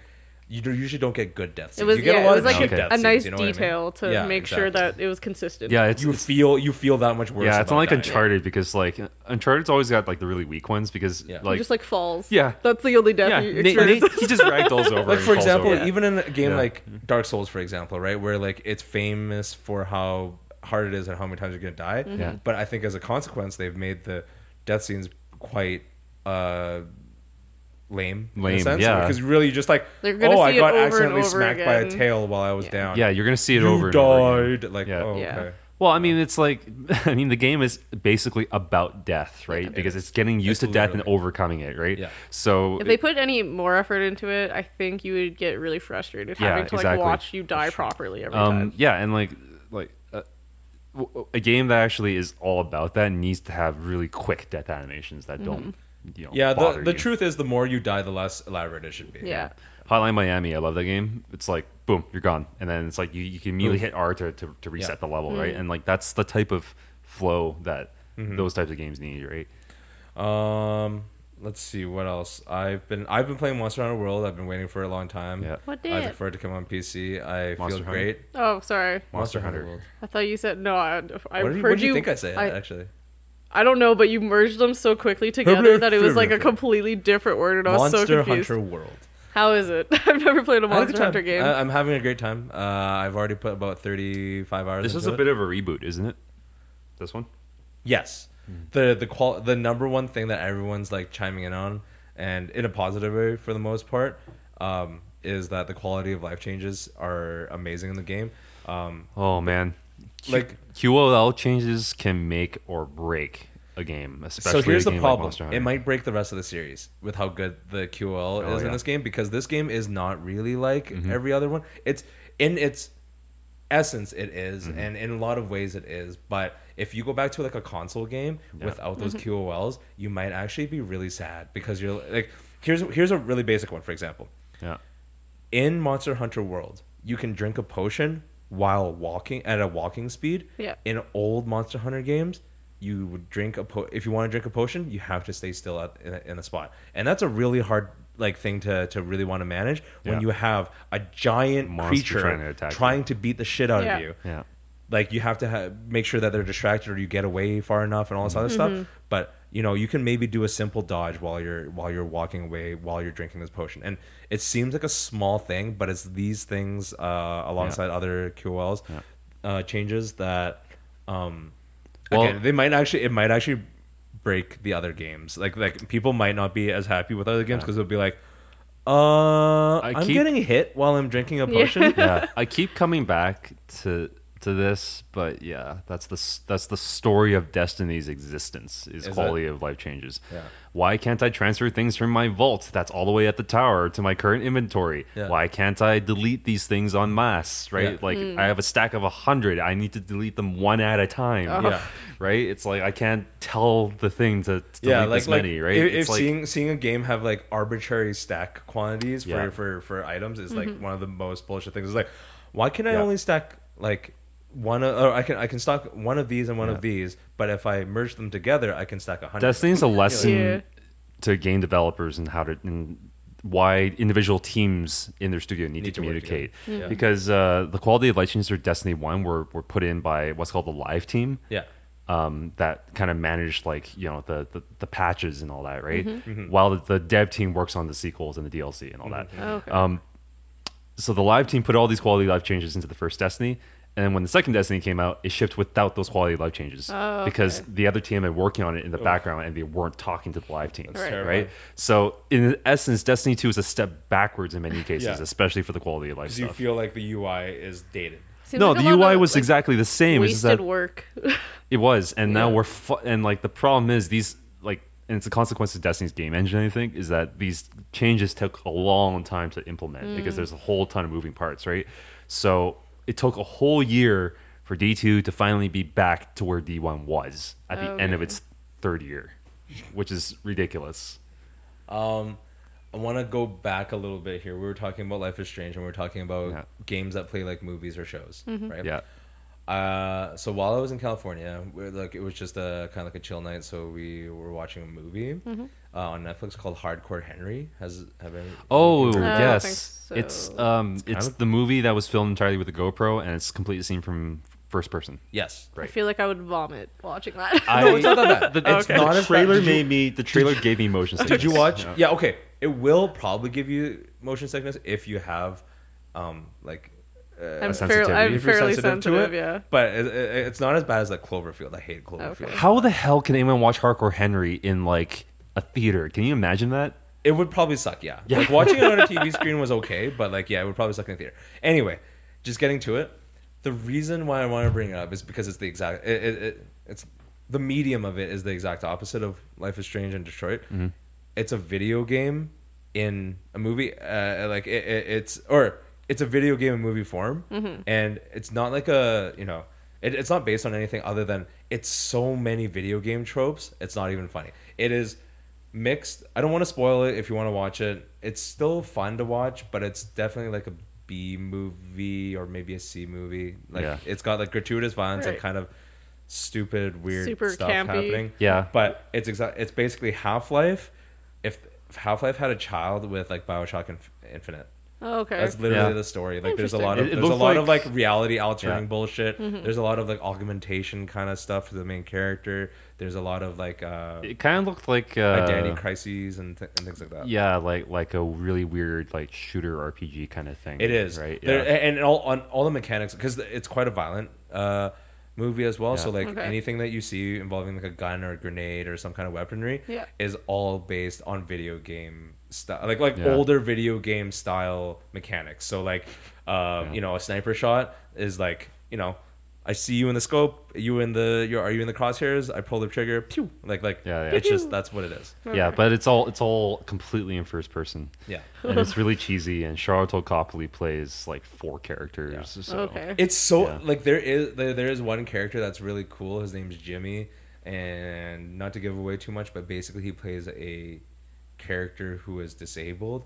Speaker 1: You do, usually don't get good death scenes.
Speaker 3: it was
Speaker 1: you get
Speaker 3: yeah,
Speaker 1: a lot
Speaker 3: it was
Speaker 1: of
Speaker 3: like
Speaker 1: cheap
Speaker 2: Okay.
Speaker 1: death
Speaker 3: a, a
Speaker 1: scenes,
Speaker 3: nice
Speaker 1: you know what I mean?
Speaker 3: detail to
Speaker 1: Yeah,
Speaker 3: make sure
Speaker 1: exactly.
Speaker 3: that it was consistent.
Speaker 2: yeah, it's
Speaker 1: you feel you feel that much worse.
Speaker 2: yeah, it's
Speaker 1: about
Speaker 2: not like
Speaker 1: that.
Speaker 2: Uncharted because like Uncharted's always got like the really weak ones because
Speaker 1: Yeah.
Speaker 3: He
Speaker 2: like
Speaker 3: just like falls.
Speaker 2: Yeah.
Speaker 3: That's the only death
Speaker 2: yeah,
Speaker 3: you
Speaker 2: Nate- *laughs*
Speaker 3: experience.
Speaker 2: Nate- he just ragdolls
Speaker 3: *laughs*
Speaker 2: over.
Speaker 1: like
Speaker 2: and
Speaker 1: for
Speaker 2: falls
Speaker 1: example,
Speaker 2: over.
Speaker 1: even in a game
Speaker 2: Yeah.
Speaker 1: like Dark Souls, for example, right, where like it's famous for how hard it is and how many times you're gonna die.
Speaker 2: Yeah.
Speaker 1: But I think as a consequence, they've made the death scenes quite uh, lame, in
Speaker 2: Lame,
Speaker 1: a sense,
Speaker 2: yeah.
Speaker 1: because really you're just like,
Speaker 3: They're gonna
Speaker 1: oh, I
Speaker 3: see it
Speaker 1: got
Speaker 3: over and
Speaker 1: accidentally
Speaker 3: over
Speaker 1: smacked by a
Speaker 3: again."
Speaker 1: tail while I was down.
Speaker 2: yeah, you're gonna see it
Speaker 1: you
Speaker 2: over. and over again.
Speaker 1: died. Like,
Speaker 2: Yeah.
Speaker 1: oh,
Speaker 3: Yeah.
Speaker 1: okay.
Speaker 2: Well, I mean, it's like, *laughs* I mean, the game is basically about death, right? because it's getting used to death and
Speaker 1: literally.
Speaker 2: overcoming it, right?
Speaker 1: Yeah.
Speaker 2: So,
Speaker 3: If they put any more effort into it, I think you would get really frustrated
Speaker 2: Yeah,
Speaker 3: having to like
Speaker 2: exactly.
Speaker 3: watch you die properly every
Speaker 2: um,
Speaker 3: time.
Speaker 2: yeah, and like, like uh, w- a game that actually is all about that needs to have really quick death animations that don't, you know,
Speaker 1: Mm-hmm. Yeah, the,
Speaker 2: bother
Speaker 1: the
Speaker 2: you.
Speaker 1: truth is the more you die, the less elaborate it should be.
Speaker 3: Yeah.
Speaker 2: Hotline Miami, I love that game. It's like boom, you're gone, and then it's like you, you can immediately hit R to, to, to reset
Speaker 1: Mm-hmm.
Speaker 2: the level, right? And like that's the type of flow that those types of games need, right?
Speaker 1: Um, let's see what else. I've been I've been playing Monster Hunter World. I've been waiting for a long time.
Speaker 2: Yeah.
Speaker 3: What
Speaker 1: I
Speaker 3: did?
Speaker 1: look forward to come on PC. I
Speaker 2: Monster
Speaker 1: feel
Speaker 2: Hunter.
Speaker 1: great.
Speaker 3: Oh, sorry.
Speaker 2: Monster Hunter.
Speaker 1: World.
Speaker 3: I thought you said no. I, I
Speaker 1: What did you,
Speaker 3: heard
Speaker 1: what did you think I said
Speaker 3: I,
Speaker 1: actually?
Speaker 3: I don't know, but you merged them so quickly together that it was like a completely different word, and I was
Speaker 1: Monster
Speaker 3: so confused.
Speaker 1: Hunter World.
Speaker 3: How is it? *laughs* I've never played a
Speaker 1: I had a good
Speaker 3: Monster Hunter
Speaker 1: time.
Speaker 3: game.
Speaker 1: I, am having a great time. Uh, I've already put about 35 hours.
Speaker 2: This is
Speaker 1: into
Speaker 2: a
Speaker 1: it.
Speaker 2: bit of a reboot, isn't it? This one.
Speaker 1: Yes.
Speaker 2: Hmm.
Speaker 1: The the qual the number one thing that everyone's like chiming in on, and in a positive way for the most part, um, is that the quality of life changes are amazing in the game. Um,
Speaker 2: Oh man, Q-
Speaker 1: Like-
Speaker 2: QOL changes can make or break a game, especially
Speaker 1: so here's
Speaker 2: a
Speaker 1: the
Speaker 2: game Like
Speaker 1: problem:
Speaker 2: Monster Hunter.
Speaker 1: it might break the rest of the series with how good the QOL
Speaker 2: Oh,
Speaker 1: is
Speaker 2: yeah. Mm-hmm.
Speaker 1: in this game because this game is not really like every other one. It's in its essence it is,
Speaker 2: Mm-hmm.
Speaker 1: and in a lot of ways it is. But if you go back to like a console game without those QOLs, you might actually be really sad because you're like, here's here's a really basic one for example.
Speaker 2: yeah.
Speaker 1: In Monster Hunter World, you can drink a potion while walking at a walking speed.
Speaker 3: Yeah.
Speaker 1: In old Monster Hunter games, you would drink a po- if you want to drink a potion, you have to stay still at, in, a, in a spot, and that's a really hard like thing to, to really want to manage
Speaker 2: Yeah.
Speaker 1: when you have a giant
Speaker 2: Monster
Speaker 1: creature
Speaker 2: trying to attack you.
Speaker 1: trying to beat the shit out
Speaker 3: Yeah.
Speaker 1: of you
Speaker 2: Yeah.
Speaker 1: like you have to ha- make sure that they're distracted or you get away far enough and all this
Speaker 2: Mm-hmm.
Speaker 1: other stuff but you know you can maybe do a simple dodge while you're while you're walking away while you're drinking this potion and it seems like a small thing but it's these things uh, alongside other qls uh, changes that um
Speaker 2: Well-
Speaker 1: again, they might actually it might actually break the other games like like people might not be as happy with other games because they'll be like uh
Speaker 2: I
Speaker 1: i'm
Speaker 2: keep-
Speaker 1: getting hit while i'm drinking a
Speaker 3: Yeah.
Speaker 1: potion
Speaker 2: *laughs* yeah, I keep coming back to to this, but yeah, that's the s- that's the story of Destiny's existence is,
Speaker 1: it?
Speaker 2: quality of life changes.
Speaker 1: Yeah.
Speaker 2: Why can't I transfer things from my vault that's all the way at the tower to my current inventory?
Speaker 1: Yeah.
Speaker 2: Why can't I delete these things en masse? Right,
Speaker 1: Yeah.
Speaker 2: like I have a stack of a hundred, I need to delete them one at a time.
Speaker 3: Oh.
Speaker 1: Yeah.
Speaker 2: *laughs* right. It's like I can't tell the thing to, to delete this many. Right,
Speaker 1: If,
Speaker 2: it's
Speaker 1: if
Speaker 2: like,
Speaker 1: seeing seeing a game have like arbitrary stack quantities for
Speaker 2: Yeah.
Speaker 1: for, for items is like one of the most bullshit things. It's like, why can I
Speaker 2: Yeah.
Speaker 1: only stack like one of, or I can I can stock one of these and one of these, but if I merge them together, I can stack a hundred.
Speaker 2: Destiny's a lesson
Speaker 3: Yeah.
Speaker 2: to game developers and how to and why individual teams in their studio need, to,
Speaker 1: to work
Speaker 2: communicate
Speaker 1: together. Yeah.
Speaker 2: because uh, the quality of life changes for Destiny One were were put in by what's called the live team.
Speaker 1: yeah.
Speaker 2: Um, that kind of managed like you know the, the, the patches and all that right
Speaker 3: Mm-hmm.
Speaker 1: Mm-hmm.
Speaker 2: while the, the dev team works on the sequels and the dlc and all that
Speaker 3: Oh, okay.
Speaker 2: um, so the live team put all these quality of life changes into the first Destiny, and then when the second Destiny came out, it shipped without those quality of life changes
Speaker 3: Oh,
Speaker 2: because
Speaker 3: okay.
Speaker 2: the other team had working on it in the background and they weren't talking to the live team,
Speaker 3: Right.
Speaker 2: right?
Speaker 1: terrifying.
Speaker 2: So in essence, Destiny Two is a step backwards in
Speaker 1: *laughs*
Speaker 2: many cases,
Speaker 1: Yeah.
Speaker 2: especially for the quality of life
Speaker 1: Because you
Speaker 2: stuff.
Speaker 1: feel like the UI is dated.
Speaker 3: Seems
Speaker 2: No,
Speaker 3: like a
Speaker 2: the
Speaker 3: lot
Speaker 2: UI
Speaker 3: of,
Speaker 2: was
Speaker 3: like,
Speaker 2: exactly the same. It's just
Speaker 3: Wasted
Speaker 2: that-
Speaker 3: work. *laughs*
Speaker 2: it was, and now we're fu- and like the problem is these like and it's a consequence of Destiny's game engine. I think is that these changes took a long time to implement
Speaker 3: Mm.
Speaker 2: because there's a whole ton of moving parts, right? So it took a whole year for D2 to finally be back to where D1 was at the end of
Speaker 3: Okay.
Speaker 2: its third year, which is ridiculous.
Speaker 1: Um, I want to go back a little bit here. We were talking about Life is Strange, and we were talking about
Speaker 2: Yeah.
Speaker 1: games that play like movies or shows, right?
Speaker 2: Yeah,
Speaker 1: Uh, so while I was in California, we're, like it was just a kind of like a chill night, so we were watching a movie
Speaker 3: Mm-hmm.
Speaker 1: uh, on Netflix called Hardcore Henry. Has have any?
Speaker 2: Oh
Speaker 1: have you heard-
Speaker 3: I don't
Speaker 2: yes,
Speaker 3: think
Speaker 2: it's
Speaker 3: so.
Speaker 2: um, it's,
Speaker 1: kind
Speaker 2: the movie that was filmed entirely with a GoPro and it's completely seen from first person.
Speaker 1: yes.
Speaker 3: I feel like I would vomit watching that.
Speaker 1: No, it's not that bad.
Speaker 2: *laughs* The,
Speaker 1: It's not
Speaker 2: the
Speaker 1: as bad.
Speaker 2: trailer
Speaker 1: Did you-
Speaker 2: made me. The trailer gave me motion
Speaker 1: *laughs*
Speaker 2: sickness.
Speaker 1: Did you watch? Yeah. Okay. It will probably give you motion sickness if you have, um, like. Uh,
Speaker 3: *laughs* I'm, fair,
Speaker 2: sensitivity.
Speaker 1: if
Speaker 3: I'm
Speaker 1: you're
Speaker 3: fairly sensitive,
Speaker 1: to it,
Speaker 3: yeah.
Speaker 1: but it, it, it's not as bad as like Cloverfield. I hate Cloverfield.
Speaker 3: Okay.
Speaker 2: How the hell can anyone watch Hardcore Henry in like a theater? Can you imagine that?
Speaker 1: It would probably suck, yeah. Like watching it on a TV screen was okay, but like yeah, it would probably suck in the theater. Anyway, just getting to it. The reason why I want to bring it up is because it's the exact it, it, it it's the medium of it is the exact opposite of Life is Strange and Detroit. It's a video game in a movie uh, like it, it, it's or it's a video game in movie form and it's not like a, you know, it, it's not based on anything other than it's so many video game tropes. It's not even funny. It is mixed. I don't want to spoil it if you want to watch it. It's still fun to watch, but it's definitely like a B movie or maybe a C movie. Like
Speaker 2: Yeah.
Speaker 1: it's got like gratuitous violence and
Speaker 3: Right.
Speaker 1: kind of stupid, weird
Speaker 3: Super
Speaker 1: stuff
Speaker 3: campy.
Speaker 1: happening.
Speaker 2: Yeah.
Speaker 1: but it's exa- It's basically Half Life. If, if Half Life had a child with like Bioshock Inf- Infinite.
Speaker 3: Oh, okay.
Speaker 1: That's literally
Speaker 2: Yeah.
Speaker 1: the story. Like, there's a
Speaker 3: Interesting. Mm-hmm.
Speaker 1: lot of
Speaker 2: It- it
Speaker 1: there's a
Speaker 2: looked
Speaker 1: lot of
Speaker 2: like-
Speaker 1: like reality altering
Speaker 2: Yeah.
Speaker 1: bullshit. There's a lot of like augmentation kind of stuff for the main character. There's a lot of like uh,
Speaker 2: It kind of looked like uh,
Speaker 1: identity crises and, th- and things like that.
Speaker 2: Yeah, like like a really weird like shooter RPG kind of thing.
Speaker 1: It is
Speaker 2: right.
Speaker 1: There-
Speaker 2: Yeah.
Speaker 1: and all on all the mechanics because it's quite a violent uh, movie as well. So
Speaker 2: Yeah.
Speaker 1: like
Speaker 3: Okay.
Speaker 1: anything that you see involving like a gun or a grenade or some kind of weaponry
Speaker 3: Yeah.
Speaker 1: is all based on video game style, like like
Speaker 2: Yeah.
Speaker 1: older video game style mechanics. So like, um, you know, a sniper shot is like you know. I see you in the scope. You in the? You're, are you in the crosshairs? I pull the trigger. Pew! Like, like.
Speaker 2: Yeah, yeah.
Speaker 1: It's
Speaker 3: Pew,
Speaker 1: just
Speaker 3: pew.
Speaker 1: that's what it is.
Speaker 2: yeah, but it's all it's all completely in first person.
Speaker 1: Yeah.
Speaker 2: and
Speaker 1: *laughs*
Speaker 2: it's really cheesy. And Charlotte Copley plays like four characters. So.
Speaker 3: okay.
Speaker 1: It's so
Speaker 2: Yeah.
Speaker 1: like there is there, there is one character that's really cool. His name's Jimmy, and not to give away too much, but basically he plays a character who is disabled,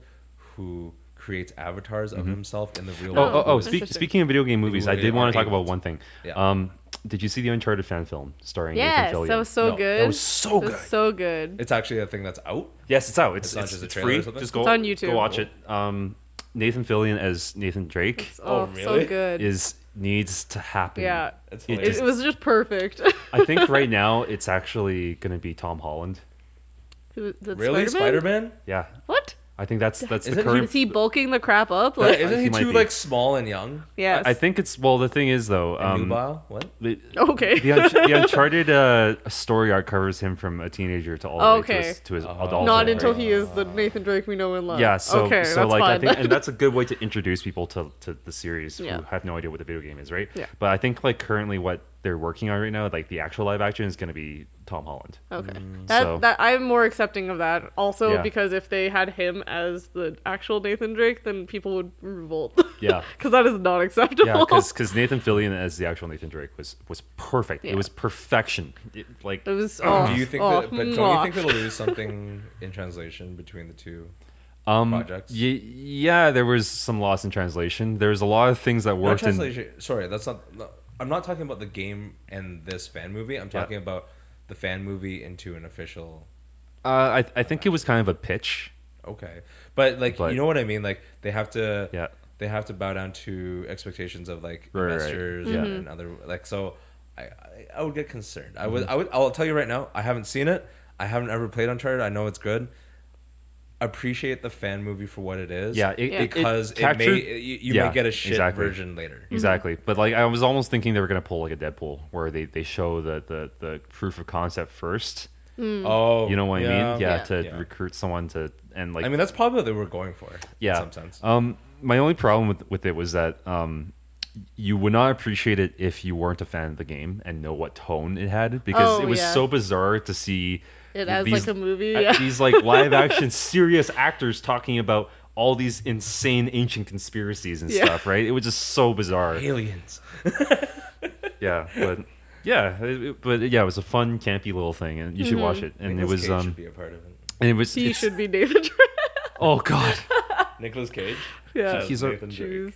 Speaker 1: who creates avatars of himself in the real
Speaker 2: Oh,
Speaker 1: world.
Speaker 2: oh, oh speak,
Speaker 3: interesting.
Speaker 2: speaking of video game movies, I
Speaker 1: People
Speaker 2: did
Speaker 1: who
Speaker 2: want to
Speaker 1: are
Speaker 2: talk about
Speaker 1: able to-
Speaker 2: one thing.
Speaker 1: Yeah.
Speaker 2: Um, did you see the Uncharted fan film starring
Speaker 3: yes,
Speaker 2: Nathan Fillion?
Speaker 3: that was so
Speaker 1: No,
Speaker 3: good.
Speaker 2: that was so
Speaker 3: That was
Speaker 2: good.
Speaker 3: so good.
Speaker 1: It's actually a thing that's out.
Speaker 2: Yes, it's out. It's,
Speaker 1: not
Speaker 2: it's,
Speaker 1: just a
Speaker 2: it's
Speaker 1: trailer or
Speaker 2: free.
Speaker 1: something?
Speaker 2: Just go
Speaker 3: It's on YouTube.
Speaker 2: Go watch it. Um, Nathan Fillion as Nathan Drake
Speaker 3: It's
Speaker 1: Oh,
Speaker 3: all
Speaker 1: really?
Speaker 3: so good.
Speaker 2: is needs to happen.
Speaker 3: yeah.
Speaker 1: It's
Speaker 2: It
Speaker 3: It,
Speaker 1: hilarious.
Speaker 3: it was just perfect. *laughs*
Speaker 2: I think right now it's actually going to be Tom Holland.
Speaker 3: Who- the
Speaker 1: really Spider Man?
Speaker 2: Yeah,
Speaker 3: What?
Speaker 2: I think that's that's the
Speaker 1: Isn't he-
Speaker 2: current.
Speaker 3: Is he bulking the crap up? Like,
Speaker 1: Isn't
Speaker 2: he
Speaker 1: he
Speaker 2: might
Speaker 1: too
Speaker 2: be.
Speaker 1: like small and young?
Speaker 3: yes.
Speaker 2: I think it's well. The thing is though,
Speaker 1: And
Speaker 2: um,
Speaker 1: nubile? What?
Speaker 2: the,
Speaker 3: *laughs* Okay.
Speaker 2: the, un- the Uncharted uh, story arc covers him from a teenager to all the way to
Speaker 3: Okay.
Speaker 2: his, to his
Speaker 1: Oh.
Speaker 2: adult.
Speaker 3: Not
Speaker 2: life,
Speaker 3: until
Speaker 2: right?
Speaker 3: he is the Nathan Drake we know and love.
Speaker 2: Yeah, so
Speaker 3: Uh, okay,
Speaker 2: so
Speaker 3: that's
Speaker 2: like I
Speaker 3: fine. *laughs*
Speaker 2: think and that's a good way to introduce people to, to the series
Speaker 3: Yeah.
Speaker 2: who have no idea what the video game is, right?
Speaker 3: Yeah.
Speaker 2: But I think like currently what they're working on right now, like the actual live action is going to be Tom
Speaker 3: *laughs*
Speaker 2: Holland.
Speaker 3: Okay. That,
Speaker 2: Mm, so-
Speaker 3: that I'm more accepting of that. Also
Speaker 2: Yeah.
Speaker 3: because if they had him as the actual Nathan Drake, then people would revolt. *laughs*
Speaker 2: Yeah.
Speaker 3: Cuz that is not acceptable.
Speaker 2: Yeah, because Nathan Fillion as the actual Nathan Drake was was perfect.
Speaker 3: Yeah.
Speaker 2: It was perfection. It, like
Speaker 3: *laughs* it was oh,
Speaker 2: uh,
Speaker 1: Do you think
Speaker 3: oh,
Speaker 1: that? But don't you
Speaker 3: mwah.
Speaker 1: think they'll lose something in translation between the two?
Speaker 2: um,
Speaker 1: projects?
Speaker 2: Y- yeah, there was some loss in translation. There's a lot of things that
Speaker 1: Not
Speaker 2: worked. in,
Speaker 1: translation. Sorry, that's not. No, I'm not talking about the game and this fan movie. I'm
Speaker 2: Yeah.
Speaker 1: talking about the fan movie into an official.
Speaker 2: uh, I I think it was kind of a pitch.
Speaker 3: Mm-hmm.
Speaker 1: Okay, but like
Speaker 2: But-
Speaker 1: you know what I mean. Like they have to.
Speaker 2: Yeah.
Speaker 1: They have to bow down to expectations of like
Speaker 2: Right, right, right.
Speaker 1: investors
Speaker 2: Yeah.
Speaker 1: and, and other like so. I, I I would get concerned. I would
Speaker 2: Mm-hmm.
Speaker 1: I would I'll tell you right now. I haven't seen it. I haven't ever played Uncharted. I know it's good. Appreciate the fan movie for what it is.
Speaker 2: Yeah, it-
Speaker 3: Yeah.
Speaker 2: it-
Speaker 1: because it,
Speaker 2: captured-
Speaker 1: may you, you
Speaker 2: yeah,
Speaker 1: may get a shit
Speaker 2: exactly.
Speaker 1: version later.
Speaker 2: Exactly. But like I was almost thinking they were gonna pull like a Deadpool where they, they show the, the, the proof of concept first.
Speaker 1: Oh,
Speaker 2: You know what I mean? Yeah,
Speaker 3: Yeah.
Speaker 2: to
Speaker 1: Yeah.
Speaker 2: recruit someone to and like
Speaker 1: I mean, that's probably what they were going for.
Speaker 2: yeah.
Speaker 1: In some sense.
Speaker 3: Uh,
Speaker 2: Um my only problem with, with it was that um you would not appreciate it if you weren't a fan of the game and know what tone it had because
Speaker 3: Oh,
Speaker 2: it was
Speaker 3: yeah.
Speaker 2: so bizarre to see
Speaker 3: It as, like, a movie,
Speaker 2: uh,
Speaker 3: yeah.
Speaker 2: these like live action serious actors talking about all these insane ancient conspiracies and
Speaker 3: Yeah.
Speaker 2: stuff, right? It was just so bizarre.
Speaker 1: Aliens.
Speaker 2: yeah but yeah it- it- but yeah it was a fun campy little thing and you should watch it and it
Speaker 1: Nicolas
Speaker 2: was
Speaker 1: Cage
Speaker 2: um
Speaker 1: should be a part of it.
Speaker 2: and it was
Speaker 3: Mm-hmm. he
Speaker 2: it's-
Speaker 3: should be Nathan *laughs* Drake.
Speaker 2: oh god
Speaker 1: Nicolas Cage.
Speaker 3: Yeah.
Speaker 1: as
Speaker 2: He's a-
Speaker 1: Nathan Drake.
Speaker 3: Jeez.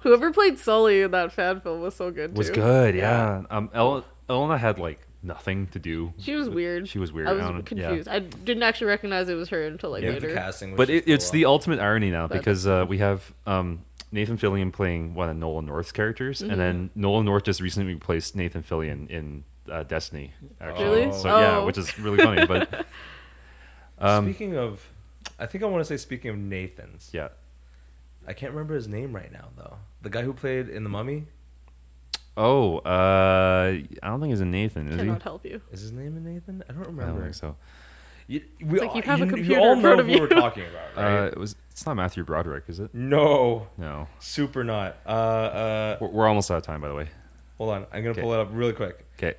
Speaker 3: Whoever played Sully in that fan film was so good too.
Speaker 2: was good yeah um El- elena had like nothing to do
Speaker 3: She was weird.
Speaker 2: she was weird
Speaker 3: I
Speaker 2: I don't-
Speaker 3: was
Speaker 2: yeah.
Speaker 3: confused. I didn't actually recognize it was her until like
Speaker 1: Yeah, the
Speaker 3: later.
Speaker 1: casting. was
Speaker 2: but
Speaker 1: just
Speaker 2: it, it's
Speaker 1: a
Speaker 2: the ultimate irony now
Speaker 3: But-
Speaker 2: because uh, we have um Nathan Fillion playing one of Nolan North's characters,
Speaker 1: Mm-hmm.
Speaker 2: and then Nolan North just recently replaced Nathan Fillion in uh, Destiny. Actually,
Speaker 1: Really?
Speaker 2: so yeah,
Speaker 3: Oh.
Speaker 2: which is really funny. But
Speaker 1: *laughs* lot. speaking of, I think I want to say speaking of Nathan's.
Speaker 2: um, yeah,
Speaker 1: I can't remember his name right now though. The guy who played in the Mummy
Speaker 2: oh, uh, I don't think it's a Nathan, is he?
Speaker 3: Cannot help you.
Speaker 1: is his name a Nathan? I don't
Speaker 2: I
Speaker 1: remember.
Speaker 2: don't think so.
Speaker 1: You, we
Speaker 3: like
Speaker 1: all-
Speaker 3: you have a computer
Speaker 1: all
Speaker 3: in front
Speaker 1: know
Speaker 3: of
Speaker 1: who
Speaker 3: you.
Speaker 1: we're talking about, right?
Speaker 2: Uh, it was. It's not Matthew Broderick, is it?
Speaker 1: no,
Speaker 2: No.
Speaker 1: super not. Uh, uh,
Speaker 2: We're, we're almost out of time, by the way.
Speaker 1: hold on, I'm gonna
Speaker 2: Okay.
Speaker 1: pull it up really quick.
Speaker 2: Okay.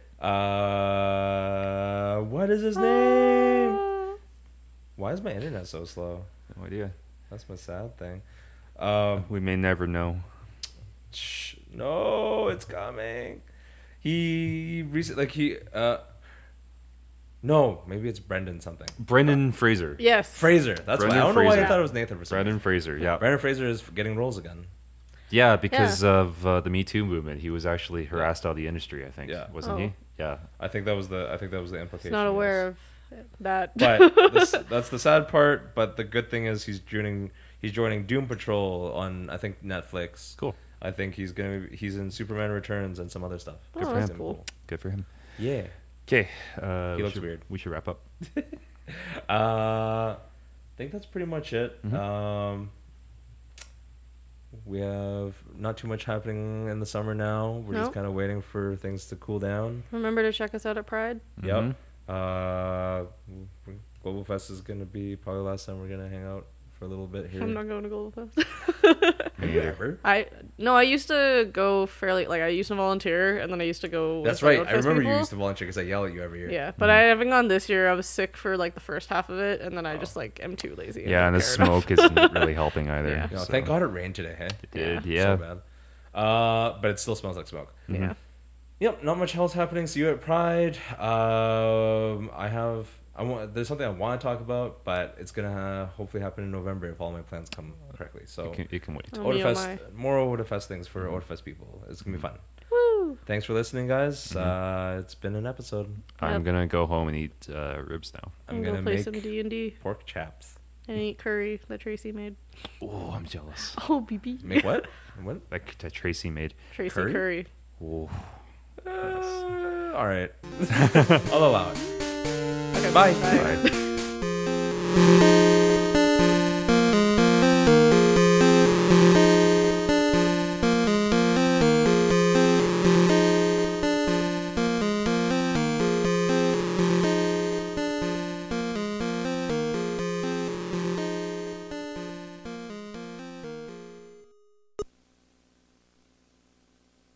Speaker 1: Uh, what is his name? Why is my internet so slow?
Speaker 2: No idea.
Speaker 1: That's my sad thing. Um,
Speaker 2: We may never know.
Speaker 1: Shh, no, it's coming. He recently, like he, uh, no, maybe it's Brendan something.
Speaker 2: Brendan Fraser.
Speaker 3: Yes.
Speaker 1: Fraser. That's why I
Speaker 2: Brendan
Speaker 1: don't know why I
Speaker 2: Fraser.
Speaker 1: thought it was Nathan for some
Speaker 2: Brendan
Speaker 1: reason.
Speaker 2: Fraser. Yeah.
Speaker 1: Brendan Fraser is getting roles again.
Speaker 2: Yeah, because of uh, the Me Too movement, he was actually harassed out of the industry. I think.
Speaker 1: Yeah.
Speaker 2: Wasn't
Speaker 3: Oh.
Speaker 2: he? Yeah.
Speaker 1: I think that was the I think that was the implication.
Speaker 3: not
Speaker 1: yes.
Speaker 3: aware of that. *laughs*
Speaker 1: But this, that's the sad part. But the good thing is he's joining he's joining Doom Patrol on I think Netflix.
Speaker 2: Cool.
Speaker 1: I think he's gonna be, he's in Superman Returns and some other stuff.
Speaker 3: Oh, Good for that's him. cool.
Speaker 2: Good for him.
Speaker 1: Yeah.
Speaker 2: Okay. Uh,
Speaker 1: He
Speaker 2: we
Speaker 1: looks
Speaker 2: should-
Speaker 1: weird.
Speaker 2: We should wrap up.
Speaker 1: Uh, I think that's pretty much it. Um, we have not too much happening in the summer now. We're
Speaker 3: No.
Speaker 1: just kind of waiting for things to cool down.
Speaker 3: Remember to check us out at Pride.
Speaker 2: Mhm.
Speaker 1: Yep. Uh, Global Fest is gonna be probably the last time we're gonna hang out for a little bit here.
Speaker 3: I'm not going to
Speaker 1: *laughs*
Speaker 3: Global Fest.
Speaker 1: Have you
Speaker 3: *laughs*
Speaker 1: ever?
Speaker 3: I no, I used to go fairly like I used to volunteer and then I used to go.
Speaker 1: That's
Speaker 3: with the
Speaker 1: right. I
Speaker 3: Outfest
Speaker 1: remember you
Speaker 3: people.
Speaker 1: used to volunteer Mm-hmm. because I yell at you every year.
Speaker 3: Yeah, but I haven't gone this year. I was sick for like the first half of it, and then I
Speaker 1: Oh.
Speaker 3: just like am too lazy.
Speaker 2: Yeah, and the
Speaker 3: don't care enough.
Speaker 2: smoke isn't really helping either.
Speaker 3: Yeah.
Speaker 1: No,
Speaker 2: so-
Speaker 1: thank God it rained today. Hey?
Speaker 2: did, yeah.
Speaker 1: So bad. Uh, but it still smells like smoke.
Speaker 2: Mm-hmm.
Speaker 3: Yeah.
Speaker 1: Yep, not much else happening. See you at Pride. Um, I have. I want. There's something I want to talk about, but it's gonna hopefully happen in November if all my plans come correctly. So,
Speaker 2: It can, it can wait.
Speaker 3: Oh, me, oh my.
Speaker 1: Odafest, more Odafest things for Odafest people. It's gonna be fun.
Speaker 3: Woo.
Speaker 1: Thanks for listening, guys. Uh, it's been an episode.
Speaker 2: I'm
Speaker 3: Yep.
Speaker 2: gonna go home and eat uh, ribs now.
Speaker 1: I'm
Speaker 3: gonna
Speaker 1: gonna
Speaker 3: play
Speaker 1: make
Speaker 3: some D and D
Speaker 1: pork chaps.
Speaker 3: and eat curry that Tracy made.
Speaker 2: Oh, I'm jealous.
Speaker 3: Oh, BB.
Speaker 1: Make what? what?
Speaker 2: That, c- that Tracy made.
Speaker 3: *laughs* Tracy
Speaker 1: Curry?
Speaker 3: curry.
Speaker 2: Oh.
Speaker 1: Uh, all *laughs* right. I'll allow it.
Speaker 3: Okay,
Speaker 1: Bye.
Speaker 2: Right.